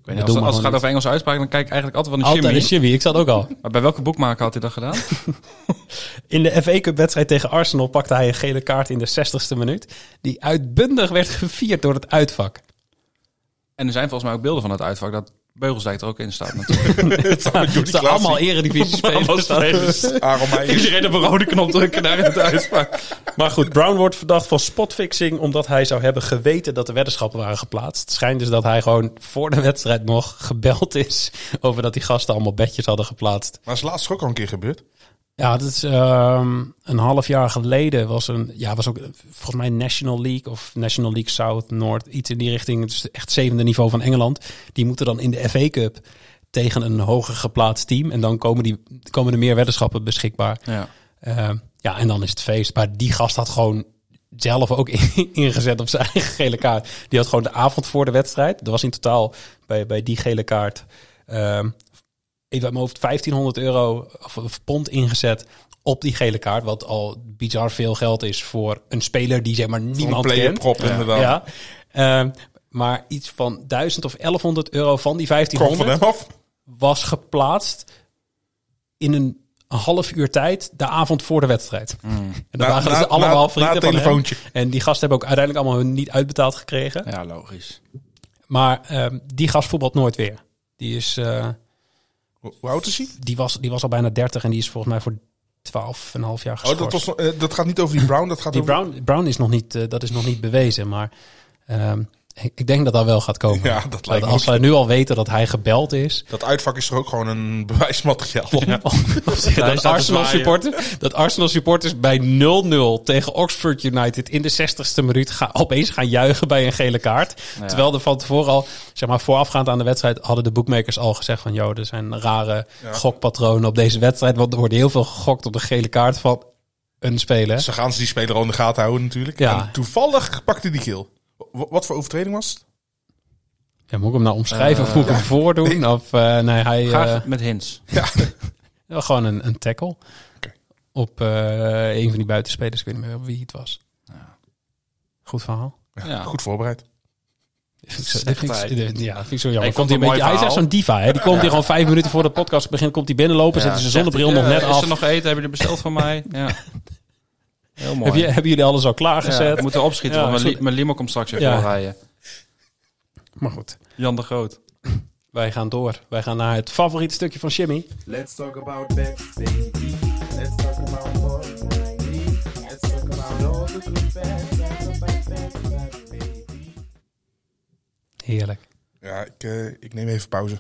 F: weet
G: Als, het- als het gaat over Engelse uitspraak, dan kijk ik eigenlijk altijd van de
F: Altijd een
G: Jimmy.
F: shimmy, ik zat ook al.
G: Maar bij welke boekmaker had hij dat gedaan?
F: In de FA Cup wedstrijd tegen Arsenal pakte hij een gele kaart in de 60ste minuut. Die uitbundig werd gevierd door het uitvak.
G: En er zijn volgens mij ook beelden van het uitvak dat Beugelsdijk er ook in staat. natuurlijk.
F: (laughs) Het zijn allemaal eredivisie (laughs)
G: (laughs)
F: spelers.
C: Aaron
F: (laughs)
C: Meijers.
G: Iedereen op een rode knop drukken naar het uitspraak.
F: Maar goed, Brown wordt verdacht van spotfixing omdat hij zou hebben geweten dat de weddenschappen waren geplaatst. Het schijnt dus dat hij gewoon voor de wedstrijd nog gebeld is over dat die gasten allemaal bedjes hadden geplaatst.
C: Maar is laatst ook al een keer gebeurd.
F: Ja, dat is ehm, een half jaar geleden was een, ja, was ook eh, volgens mij National League of National League South, Noord, iets in die richting. Het is echt zevende niveau van Engeland. Die moeten dan in de FA Cup tegen een hoger geplaatst team en dan komen, die, komen er meer weddenschappen beschikbaar.
G: Ja.
F: Eh, ja, en dan is het feest. Maar die gast had gewoon zelf ook (laughs) in- ingezet op zijn eigen gele kaart. Die had gewoon de avond voor de wedstrijd. Er was in totaal bij, bij die gele kaart. ehm, even uit mijn hoofd 1500 euro of, of pond ingezet op die gele kaart. Wat al bizar veel geld is voor een speler die zeg maar
C: Een
F: niemand
C: player
F: kent.
C: prop, inderdaad.
F: Ja. Ehm, maar iets van 1000 of 1100 euro van die
C: Kwam van
F: 1500
C: hem af.
F: was geplaatst in een half uur tijd de avond voor de wedstrijd. En dan
C: Mm. Na-
F: waren
C: na-
F: ze allemaal
C: na-
F: vrienden
C: na het
F: van hem.
C: telefoontje.
F: En die gasten hebben ook uiteindelijk allemaal hun niet uitbetaald gekregen.
G: ja, logisch.
F: Maar ehm, die gast voetbalt nooit weer. Die, is, eh,
C: Hoe hoe oud is hij?
F: die, was, die was al bijna 30 en die is volgens mij voor 12,5 jaar geschorst.
C: Oh, dat, was, eh, dat gaat niet over die Brown. Dat gaat
F: die
C: over...
F: Brown, Brown is nog niet, eh, dat is nog niet bewezen, maar ehm, ik, ik denk dat dat wel gaat komen.
C: Ja, dat lijkt me
F: als wij nu al weten dat hij gebeld is,
C: Dat uitvak is toch ook gewoon een (laughs) bewijsmateriaal.
G: (laughs) hij
F: dat,
G: staat te
F: Arsenal
G: zwaaien.
F: supporter, dat Arsenal supporters bij 0-0 tegen Oxford United in de 60ste minuut gaan, opeens gaan juichen bij een gele kaart.
G: Ja.
F: Terwijl er van tevoren al, zeg maar voorafgaand aan de wedstrijd, hadden de boekmakers al gezegd van, joh, er zijn rare gokpatronen op deze wedstrijd. Want er wordt heel veel gegokt op de gele kaart van een speler.
C: Ze gaan ze die speler al in de gaten houden natuurlijk.
F: Ja.
C: En toevallig pakte die geel. W- wat voor overtreding was het?
F: (laughs) Ja, moet ik hem nou omschrijven of moet ik hem voordoen? Of, eh, nee, hij, eh,
G: Graag met hints.
C: Ja,
F: Ja, Gewoon een, een tackle.
C: Oké.
F: Op eh, een van die buitenspelers. Ik weet niet meer wie het was. Goed verhaal.
G: Ja.
C: Goed voorbereid.
F: Dit vind ik zo- dit vind ik-
I: hij.
F: dit- Ja, vind ik zo jammer.
I: Ik
F: Komt hij,
I: vond het
F: een
I: een
F: beetje,
I: mooi
F: hij is echt zo'n
I: verhaal.
F: diva. Hè? Die komt hier gewoon vijf minuten voor de podcast begint. Komt hij binnenlopen. zet hij zijn zonnebril nog net
G: eh, Is
F: af.
G: er nog eten? Hebben jullie besteld van
F: (laughs)
G: mij? Ja. Heel mooi.
F: Heb je, hebben jullie alles al
G: ja,
F: klaargezet?
G: we moeten opschieten,
F: Ja,
G: want mijn,
F: zo-
G: li- mijn limo komt straks even
F: Ja.
G: rijden.
F: Maar goed.
G: Jan de Groot.
F: Wij gaan door. Wij gaan naar het favoriete stukje van Jimmy.
J: Let's talk about Bex, baby. Let's talk about boys, baby. Let's talk about all the good bad, bad, bad, bad, bad, baby.
F: Heerlijk.
C: Ja, ik, eh, ik neem even pauze.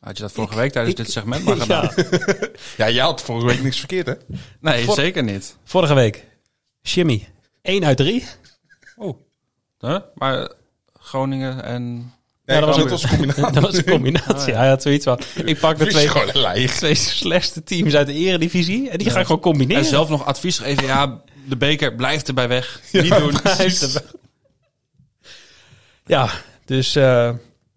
G: Had je dat vorige week tijdens
F: Oh. ik-
G: dit
F: (laughs)
G: segment maar gedaan?
C: Ja, jij had vorige week niks verkeerd, hè?
G: Nee,
F: Vor-
G: zeker niet.
F: Vorige week. Jimmy. 1 uit 3.
G: Huh? Maar eh, Groningen en...
C: Nee,
F: dat was ook-
C: dat was een combinatie.
F: (laughs) Dat was een combinatie. Hij had zoiets van... Ik pak de
C: (laughs) Vies
F: twee,
C: gewoon leeg.
F: twee slechtste teams uit de eredivisie. En die ga ik gewoon combineren. (laughs)
G: En zelf nog advies geven. Ja, de beker blijft erbij weg. Niet doen.
F: Ja, dus... eh,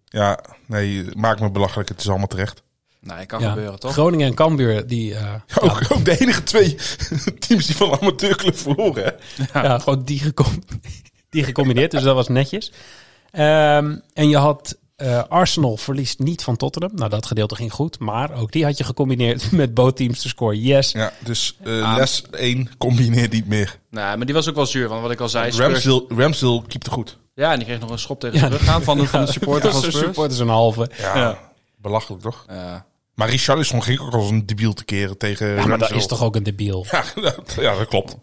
C: Ja, nee, maak me belachelijk. Het is allemaal terecht.
G: Nee, kan
F: ja.
G: gebeuren, toch?
F: Groningen en Cambuur, die... eh,
C: Ook, ook de enige twee (laughs) teams die van de amateurclub verloren, hè?
F: ja. gewoon die, gecom- die gecombineerd. Dus dat was netjes. Ehm, en je had... eh, Arsenal verliest niet van Tottenham. Nou, dat gedeelte ging goed. Maar ook die had je gecombineerd (laughs) met both teams te scoren. Yes.
C: Ja, dus eh, les 1 combineer niet meer.
G: Nee, maar die was ook wel zuur. Want wat ik al zei, Spurs...
C: Ramsdale, Ramsdale keepte goed.
G: Ja, en die kreeg nog een schop tegen
F: Ja,
G: de rug aan van de, van de supporter van
F: Zijn
G: Spurs.
F: supporters een halve.
C: Ja, belachelijk toch?
G: Ja.
C: Maar Richarlison ging ook als een debiel te keren tegen
F: Ja, maar dat
C: Ramsdale.
F: is toch ook een debiel.
C: (laughs) Ja, dat, ja, dat klopt.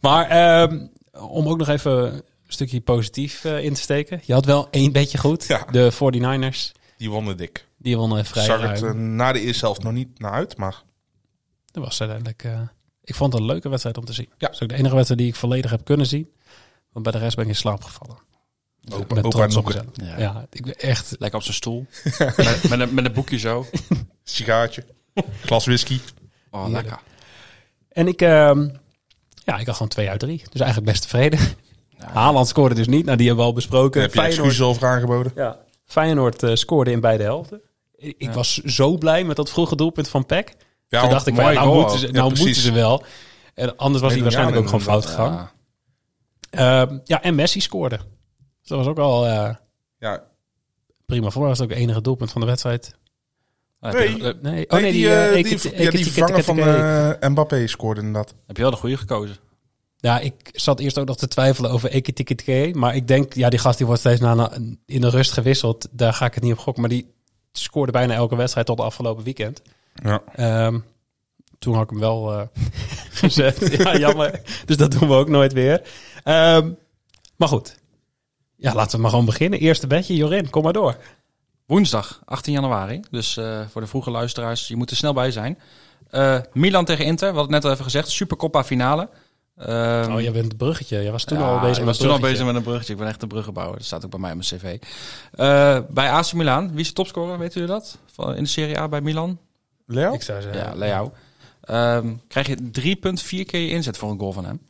F: Maar ehm, om ook nog even een stukje positief eh, in te steken. Je had wel één beetje goed.
C: Ja.
F: De 49ers.
C: Die wonnen dik.
F: Die wonnen vrij
C: Zag
F: ruim.
C: het eh, na de eerste helft nog niet naar uit, maar...
F: Dat was uiteindelijk... eh, ik vond het een leuke wedstrijd om te zien. Ja. Dat is ook de enige wedstrijd die ik volledig heb kunnen zien. Want bij de rest ben ik in slaap gevallen.
C: Opa,
F: Met
C: opa
F: trots op
C: nog
F: mezelf.
C: een
F: Ja. ik ben echt...
G: Lekker op zijn
F: (laughs)
G: stoel. met, met, een, met een boekje zo.
C: sigaartje,
F: (laughs)
C: glas whisky.
G: Oh, lekker.
F: En ik... ehm, ja, ik had gewoon twee uit drie. Dus eigenlijk best tevreden. Haaland scoorde dus niet. Nou, die hebben we al besproken.
C: heb je
F: Feyenoord-
C: excuses over aangeboden?
F: Ja. Feyenoord eh, scoorde in beide helften. Ik ik was zo blij met dat vroege doelpunt van Peck.
C: Ja,
F: Toen dacht ik, van, ja,
C: mooi
F: nou,
C: goal.
F: moeten ze,
C: Ja,
F: nou
C: precies.
F: moeten ze wel. En anders was hij waarschijnlijk ook gewoon fout gegaan.
G: Ja.
F: Ehm, ja, en Messi scoorde. Dus dat was ook al eh,
C: Ja.
F: prima. Voor mij was het ook het enige doelpunt van de wedstrijd.
G: Nou,
C: Nee.
G: heb, je, eh,
F: Nee, oh,
C: Nee,
F: nee,
C: die,
F: die, eh,
C: eh,
F: Eke-
C: die,
F: Eke-
C: ja, die
F: Eke-
C: vervanger
F: Eke-
C: van
F: Eke-
C: eh, Mbappé scoorde inderdaad.
G: heb je wel de goede gekozen.
F: Ja, ik zat eerst ook nog te twijfelen over Ekitikitke. Maar ik denk, ja, die gast die wordt steeds na, na- in de rust gewisseld. Daar ga ik het niet op gokken. Maar die scoorde bijna elke wedstrijd tot de afgelopen weekend.
C: Ja.
F: Ehm, toen had ik hem wel eh, (laughs) gezet. (laughs) ja, jammer. Dus dat doen we ook nooit weer. Ehm, maar goed. Ja, laten we maar gewoon beginnen. Eerste bedje, Jorin, kom maar door.
G: Woensdag, 18 januari. Dus eh, voor de vroege luisteraars, je moet er snel bij zijn. Eh, Milan tegen Inter, we hadden het net al even gezegd. Supercoppa finale. Ehm,
F: Oh, jij bent het bruggetje. Jij was toen
G: Ja,
F: al bezig
G: ik
F: met
G: was
F: het
G: toen al bezig
F: bruggetje.
G: met een bruggetje. Ik ben echt een bruggenbouwer. Dat staat ook bij mij op mijn cv. Eh, bij AC Milan. Wie is de topscorer? Weet jullie dat? Van, in de Serie A bij Milan?
C: Leo?
F: Ik zou
G: Ja,
F: zeggen.
G: Leao. Ehm, krijg je 3,4 keer je inzet voor een goal van hem.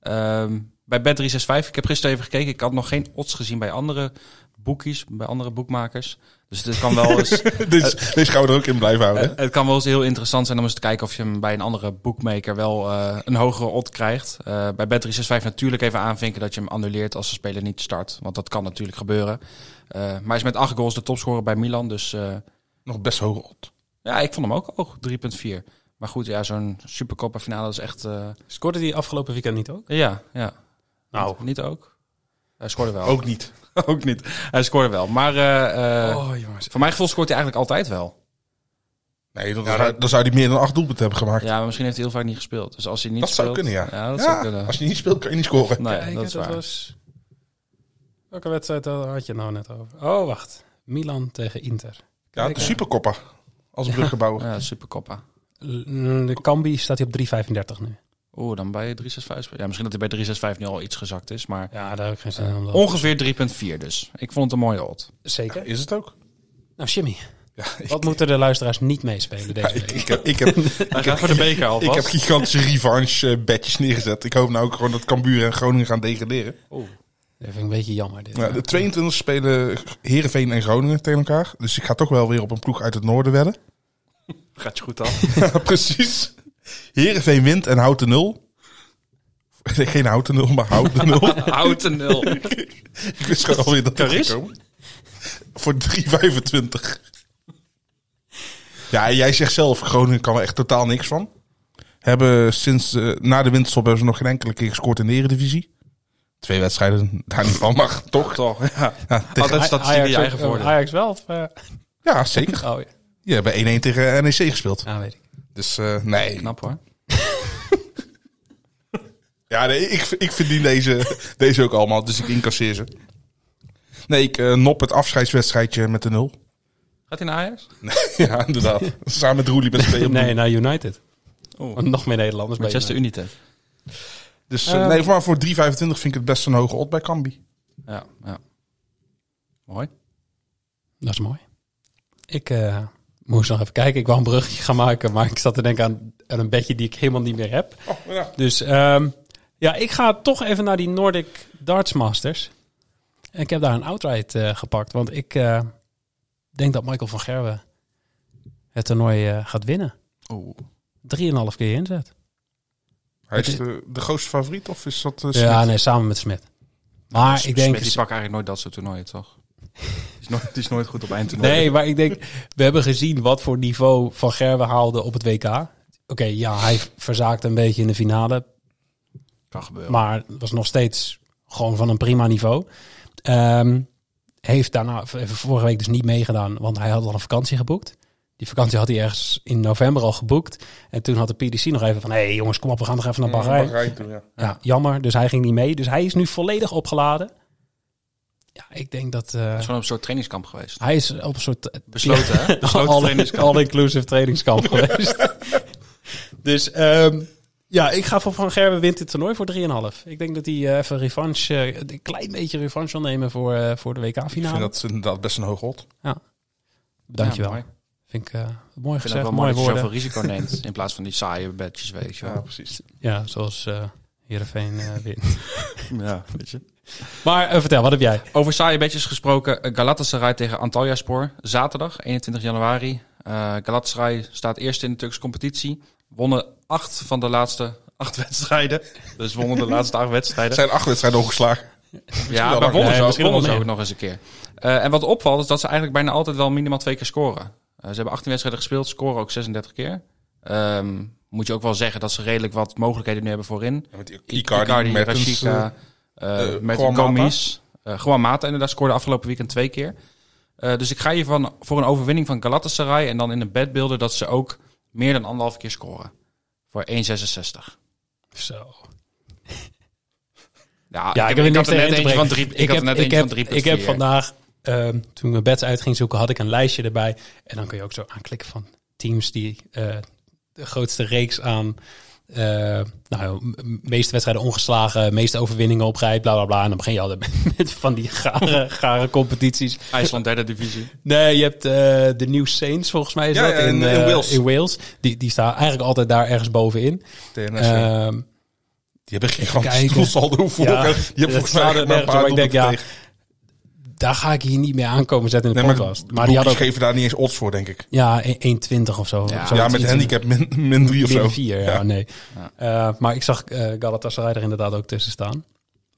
G: Ehm, bij Bet365, ik heb gisteren even gekeken. Ik had nog geen odds gezien bij andere boekies, bij andere boekmakers. Dus dit kan wel eens eh,
F: Eh,
C: Dus, (laughs) deze gaan we er ook in blijven houden.
G: het, het kan wel eens heel interessant zijn om eens te kijken of je hem bij een andere bookmaker wel eh, een hogere odd krijgt. Eh, bij Bet365 natuurlijk even aanvinken dat je hem annuleert als de speler niet start. Want dat kan natuurlijk gebeuren. Eh, maar hij is met acht goals de topscorer bij Milan. Dus eh,
C: Nog best hoog op.
G: ja, ik vond hem ook hoog, 3.4. Maar goed, ja, zo'n Supercoppa finale is echt... eh,
F: Scoorde die afgelopen weekend niet ook?
G: ja, ja.
F: Nou.
G: Niet, niet ook? Hij scoorde wel.
C: Ook niet.
G: (laughs) ook niet. Hij scoorde wel. Maar eh, eh,
F: oh, jongens.
G: voor mijn gevoel scoort hij eigenlijk altijd wel.
C: Nee, dan, zou, dan zou hij meer dan acht doelpunten hebben gemaakt.
G: Ja, maar misschien heeft hij heel vaak niet gespeeld. Dus als hij niet
C: dat zou
G: speelt-
C: kunnen, ja.
G: Ja, dat
C: Ja,
G: zou kunnen.
C: Als je niet speelt, kan je niet scoren.
G: Nee,
F: Kijk,
G: dat is waar.
F: was... Welke wedstrijd had je het nou net over? Oh, wacht. Milan tegen Inter.
C: Ja, de superkoppa. Als bruggenbouwer.
G: Ja, supercoppa.
F: L- mm, De Cambi staat hij op 3,35 nu.
G: Oeh, dan bij 365. Ja, misschien dat hij bij 365 nu al iets gezakt is, maar
F: Ja, daar heb ik geen zin in.
G: ongeveer 3.4 dus. Ik vond het een mooie odd.
F: Zeker.
C: Is het ook?
F: Nou, Jimmy.
C: Ja, ik,
F: Wat moeten de luisteraars niet meespelen
C: ja,
F: deze week?
C: ik, (laughs) ik heb, ik, heb,
G: Hij gaat voor de beker
C: ik heb gigantische revanche-bedjes neergezet. Ik hoop nou ook gewoon dat Cambuur en Groningen gaan degraderen.
F: Dat vind ik een beetje jammer. Dit.
C: Ja, de 22 spelen Herenveen en Groningen tegen elkaar. Dus ik ga toch wel weer op een ploeg uit het noorden wedden.
G: (laughs) Gaat je goed af.
C: (laughs) Ja, precies. Heerenveen wint en houdt de nul. (laughs) Nee, geen houdt de nul, maar houdt de nul.
G: Houd een
C: (laughs)
G: nul.
C: Ik wist gewoon alweer dat
G: Caris?
C: dat gekomen. Voor 3,25. Ja, en jij zegt zelf, Groningen kan er echt totaal niks van. Hebben sinds, eh, na de winterstop hebben ze nog geen enkele keer gescoord in de eredivisie. Twee wedstrijden daar niet van mag, toch?
G: Toch, ja.
C: Ja, tegen-
G: Altijd statistiek in je eigen
F: ook-
G: voordeel.
F: Ajax wel? Of, eh?
C: ja zeker.
F: Oh ja.
C: Die hebben 1-1 tegen NEC gespeeld.
F: Ah, weet ik.
C: Dus eh, nee.
G: Knap hoor.
C: Ja, nee, ik, ik verdien deze, (laughs) deze ook allemaal, dus ik incasseer ze. Nee, ik eh, nop het afscheidswedstrijdje met de nul.
G: Gaat hij naar Ajax?
C: (laughs) ja, inderdaad. Samen met Roelie met twee op
F: Nee,
C: doel.
F: naar United.
G: Oh.
F: Want nog meer Nederlanders bij
G: Manchester
F: United.
G: United.
C: Dus eh, nee, maar voor 3,25 vind ik het best een hoge odd bij Kambi.
G: Ja, ja. Mooi.
F: Dat is mooi. Ik eh, moest nog even kijken. Ik wou een bruggetje gaan maken, maar ik zat te denken aan, aan een bedje die ik helemaal niet meer heb.
G: Oh,
C: ja.
F: Dus ehm, ja, ik ga toch even naar die Nordic Darts Masters. En ik heb daar een outright eh, gepakt, want ik eh, denk dat Michael van Gerwen het toernooi eh, gaat winnen.
G: Oeh.
F: 3,5 keer inzet.
C: Hij is de, de grootste favoriet, of is dat eh,
F: Ja,
C: Smit?
F: nee, samen met Smit. Maar ik denk...
G: die pak eigenlijk nooit dat soort toernooien, toch? Die is nooit, die is nooit goed op eindtoernooi.
F: Nee, maar ik denk, we hebben gezien wat voor niveau Van Gerwen haalde op het WK. Oké, ja, hij verzaakte een beetje in de finale,
G: Kan gebeuren.
F: maar het was nog steeds gewoon van een prima niveau. Ehm, heeft daarna, even vorige week dus niet meegedaan, want hij had al een vakantie geboekt. Die vakantie had hij ergens in november al geboekt. En toen had de PDC nog even van, hé hey jongens, kom op, we gaan nog even naar Bahrein.
C: Bahrein toe, ja.
F: Ja, jammer, dus hij ging niet mee. Dus hij is nu volledig opgeladen. Ja, ik denk dat... eh,
G: Het is gewoon op een soort trainingskamp geweest.
F: hij is op een soort (laughs)
G: Besloten, (laughs) hè? Besloten
F: alle,
G: trainingskamp.
F: all-inclusive trainingskamp geweest. dus ehm, ja, ik ga voor Van Gerwen wint dit toernooi voor 3,5. Ik denk dat hij eh, even revanche, eh, een klein beetje revanche wil nemen voor, eh, voor de
C: Ik
F: WK-finale.
C: vind dat inderdaad best een hoge odd.
F: Dankjewel.
G: Ja, mooi.
F: Vind ik eh, mooi
G: Ik vind het
F: gezegd, mooi
G: wel mooi dat je
F: woorden.
G: zoveel risico (laughs) neemt in plaats van die saaie bedjes, weet je
C: Ja,
G: wel.
C: precies.
F: Ja, zoals eh Heerenveen eh, wint. (laughs)
G: Ja, weet je.
F: maar eh, vertel, wat heb jij?
G: Over saaie bedjes gesproken, eh, Galatasaray tegen Antalyaspor. Zaterdag, 21 januari. Eh, Galatasaray staat eerst in de Turkse competitie. Wonnen acht van de laatste acht (laughs) wedstrijden. Dus wonnen de laatste acht
C: Er
G: wedstrijden.
C: zijn acht wedstrijden ongeslagen.
G: Ja,
C: wel
G: maar
C: langer.
G: wonnen
F: Nee,
G: ze ook,
F: misschien wel
G: wonnen ze
F: meer.
G: ook nog eens een keer. Eh, en wat opvalt is dat ze eigenlijk bijna altijd wel minimaal twee keer scoren. Eh, ze hebben 18 wedstrijden gespeeld, scoren ook 36 keer. Ehm, moet je ook wel zeggen dat ze redelijk wat mogelijkheden nu hebben voorin.
C: Ja, met I-
G: I-
C: Icardi, Mertens, eh,
G: Rashica, eh,
C: eh,
G: met
C: Juan
G: Gomis. Eh Juan Mata inderdaad scoorde afgelopen weekend twee keer. Eh, dus ik ga hier van, voor een overwinning van Galatasaray en dan in een bedbeelden dat ze ook meer dan anderhalf keer scoren. Voor 1,66.
F: Zo.
G: ja, Ah, ik, heb, ik had er net eentje van drie. Ik, had er net eentje van drie.
F: Ik heb vandaag, ehm, toen ik mijn bets uit ging zoeken, had ik een lijstje erbij. En dan kun je ook zo aanklikken van teams die eh, de grootste reeks aan... eh, nou, m- m- meeste wedstrijden ongeslagen, meeste overwinningen op rij, bla bla bla. En dan begin je al (laughs) met, met van die gare, gare competities.
G: IJsland derde divisie.
F: Nee, je hebt eh, de New Saints, volgens mij is
C: Ja,
F: dat,
C: ja, in- in
F: eh,
C: Wales.
F: in Wales. Die, die staan eigenlijk altijd daar ergens bovenin.
C: TNS, ja.
F: Ehm
C: die hebben geen gigantisch
F: kijken.
C: doelsaldo voor.
F: Ja,
C: hè. die
F: dat
C: hebben volgens mij
F: slaat er
C: echt maar
F: nergens
C: een
F: op,
C: paar
F: maar ik denk,
C: doelpunten
F: ja,
C: tegen.
F: daar ga ik hier niet mee aankomen zetten in de
C: Nee, maar
F: podcast.
C: de,
F: Maar die
C: boekjes
F: had ook
C: geven daar niet eens odds voor, denk ik.
F: ja, 1,20 of zo.
G: Ja,
F: Zoiets
C: Ja, met
F: iets-
C: handicap min, min drie of
F: min
C: zo.
F: 4, ja, nee. Eh, maar ik zag eh, Galatasaray er inderdaad ook tussen staan.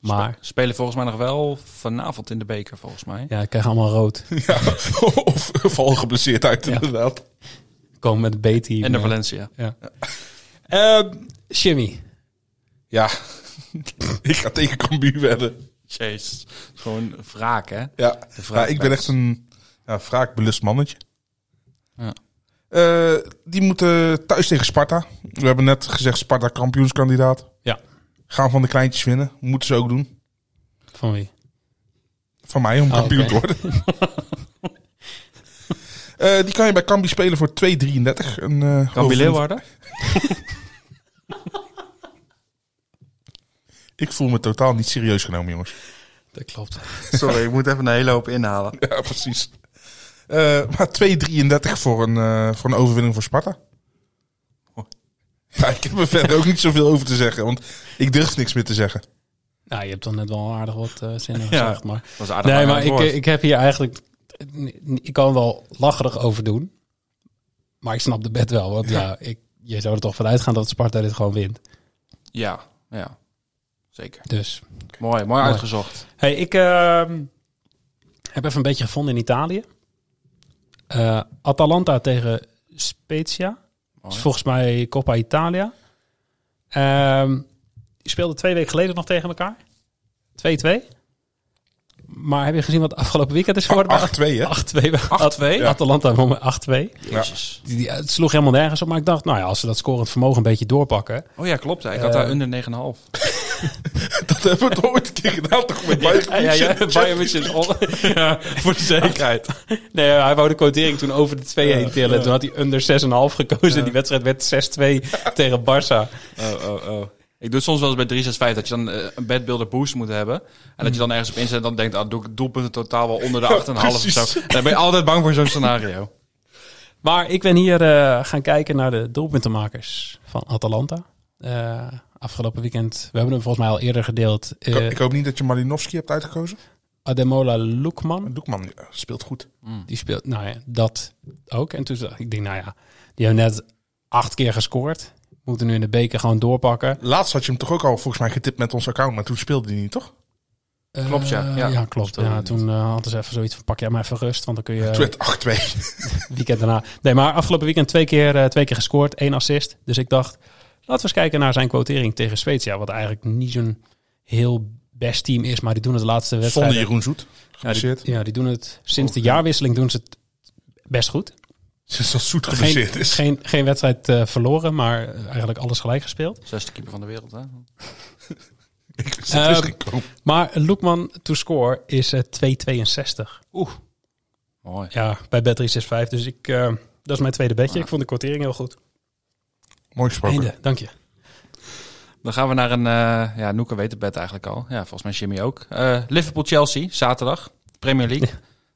F: Maar
G: Spelen volgens mij nog wel vanavond in de beker, volgens mij.
F: ja, ik krijg allemaal rood.
C: (laughs) Ja, of val geblesseerd uit,
F: Ja.
C: inderdaad.
F: Komen met het B-team.
G: En de
F: eh.
G: Valencia.
F: Ehm, Jimmy.
C: Ja, (laughs) ik ga tegen Cambuur wedden.
G: Jeez. Gewoon wraak, hè?
C: Ja,
G: vraag
C: Ja, ik ben
G: blijft.
C: echt een ja, wraakbelust mannetje.
G: Ja.
C: Eh, die moeten thuis tegen Sparta. We hebben net gezegd Sparta kampioenskandidaat.
F: Ja.
C: Gaan van de kleintjes winnen. Moeten ze ook doen.
F: Van wie?
C: Van mij om
F: Oh,
C: kampioen
F: oké.
C: te worden.
F: (laughs)
C: Eh, die kan je bij Cambi spelen voor 2,33. Een, eh,
G: Kan
C: over-
G: Leeuwarden?
C: Ik voel me totaal niet serieus genomen, jongens.
F: Dat klopt.
G: Sorry, ik moet even een hele hoop inhalen.
C: (laughs) Ja, precies. Eh, maar 2,33 voor, een, eh, voor een overwinning voor Sparta. Ja, ik heb er verder ook niet zoveel over te zeggen, want ik durf niks meer te zeggen.
F: Nou, je hebt dan net wel aardig wat eh zinnen
G: Ja.
F: gezegd, maar...
G: Dat is aardig.
F: Nee,
G: aan
F: maar
G: het
F: ik,
G: woord.
F: ik heb hier eigenlijk... Ik kan er wel lacherig over doen. Maar ik snap de bet wel, want ja, ik, je zou er toch vanuit gaan dat Sparta dit gewoon wint.
G: Ja, ja. Zeker.
F: Dus.
G: Mooi, mooi uitgezocht.
F: Hey, ik ehm, heb even een beetje gevonden in Italië. Eh, Atalanta tegen Spezia. Dat is
G: Mooi.
F: volgens mij Coppa Italia. Ehm, die speelden twee weken geleden nog tegen elkaar. 2-2. Maar heb je gezien wat afgelopen weekend is geworden?
C: 8-2, hè?
F: 8-2.
G: 8-2?
F: Ja. Atalanta won met 8-2.
G: Jezus.
F: Die, die- het sloeg helemaal nergens op. Maar ik dacht, nou ja, als ze dat scorend vermogen een beetje doorpakken.
G: Oh ja, klopt. ja. Ik had
F: Eh.
G: daar onder 9,5.
C: (laughs) Dat hebben we toch ooit een keer gedaan, toch? Met Bayern
F: ja, ja,
C: München.
F: Bayern München.
C: (laughs)
F: on- (laughs) ja, voor de zekerheid. Nee, hij wou de quotering toen over de 2 heen tillen. Toen had hij under 6,5 gekozen. En die wedstrijd werd 6-2 (laughs) tegen Barça.
G: Oh, oh, oh. Ik doe het soms wel eens bij 365 dat je dan eh, een bedbuilder boost moet hebben. En dat je dan ergens op inzet en dan denkt, ah, doe ik doelpunten totaal wel onder de 8,5 of
C: precies.
G: zo. Dan ben je altijd bang voor zo'n scenario.
F: Maar ik ben hier eh, gaan kijken naar de doelpuntenmakers van Atalanta. Eh, afgelopen weekend, we hebben hem volgens mij al eerder gedeeld. Eh,
C: Ik- Ik hoop niet dat je Malinowski hebt uitgekozen.
F: Ademola Lukman.
G: Mm.
C: Maar Doekman ja, speelt goed.
F: Die speelt, nou ja, dat ook. En toen dacht ik, ik denk, nou ja, die hebben net acht keer gescoord. Moeten nu in de beker gewoon doorpakken.
C: Laatst had je hem toch ook al volgens mij getipt met ons account, maar toen speelde hij niet, toch?
G: Klopt, ja.
F: Eh,
G: Ja.
F: klopt.
G: Speelde
F: Ja,
G: niet.
F: toen eh, hadden ze even zoiets van, pak jij maar even rust, want dan kun je
C: Toen werd 8-2.
F: weekend daarna... Nee, maar afgelopen weekend twee keer, eh, twee keer gescoord, één assist. Dus ik dacht, laten we eens kijken naar zijn quotering tegen Spezia. Wat eigenlijk niet zo'n heel best team is, maar die doen het de laatste wedstrijd.
C: Zonder Jeroen Zoet.
F: ja,
C: Geblesseerd.
F: die, ja, die doen het sinds de jaarwisseling doen ze het best goed.
C: Sinds dat Zoet
F: Geen,
C: geblesseerd is.
F: geen, geen wedstrijd eh, verloren, maar eh, eigenlijk alles gelijk gespeeld.
G: (laughs) Zesde keeper van de wereld, hè?
C: Ik wist (laughs) dat
F: Eh,
C: het is gekomen.
F: Maar Loekman to score is eh, 2,62.
G: Mooi.
F: Ja, bij Bet365. Dus ik, eh, dat is mijn tweede bedje. Ik vond de kwartering heel goed.
C: Mooi gesproken.
F: Einde, dank je.
G: Dan gaan we naar een, eh ja, Noeke weet het bed eigenlijk al. Ja, volgens mij Jimmy ook. Eh, Liverpool-Chelsea, zaterdag. Premier League.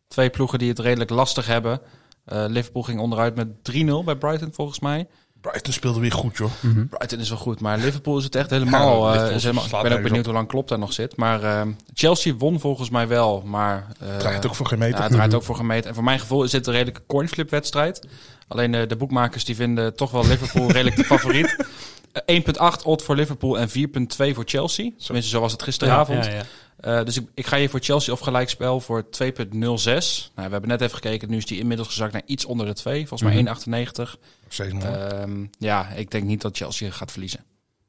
G: Twee ploegen die het redelijk lastig hebben. Eh, Liverpool ging onderuit met 3-0 bij Brighton, volgens mij.
C: Brighton speelde weer goed, joh.
G: Brighton is wel goed, maar Liverpool is het echt helemaal.
C: Ja,
G: eh,
C: Liverpool
G: is helemaal-
C: slaat
G: ik ben ook
C: nergens
G: benieuwd hoe lang Klopp daar nog zit. Maar eh, Chelsea won volgens mij wel, maar... eh,
C: Draait ook voor geen
G: ja,
C: meter.
G: het draait ook voor gemeten. En voor mijn gevoel is dit een redelijke cornflip wedstrijd. Alleen eh, de boekmakers die vinden toch wel
C: (laughs)
G: Liverpool redelijk de favoriet. Eh, 1.8 odd voor Liverpool en 4.2 voor Chelsea. Tenminste, zo was het gisteravond.
F: Ja, ja.
G: Eh, dus ik, ik ga hier voor Chelsea of gelijkspel voor 2.06. Nou, we hebben net even gekeken. Nu is die inmiddels gezakt naar iets onder de 2.
C: Mhm.
G: Volgens mij 1.98.
C: Steeds
F: eh,
C: mooi.
G: Ehm, ja, ik denk niet dat Chelsea gaat verliezen.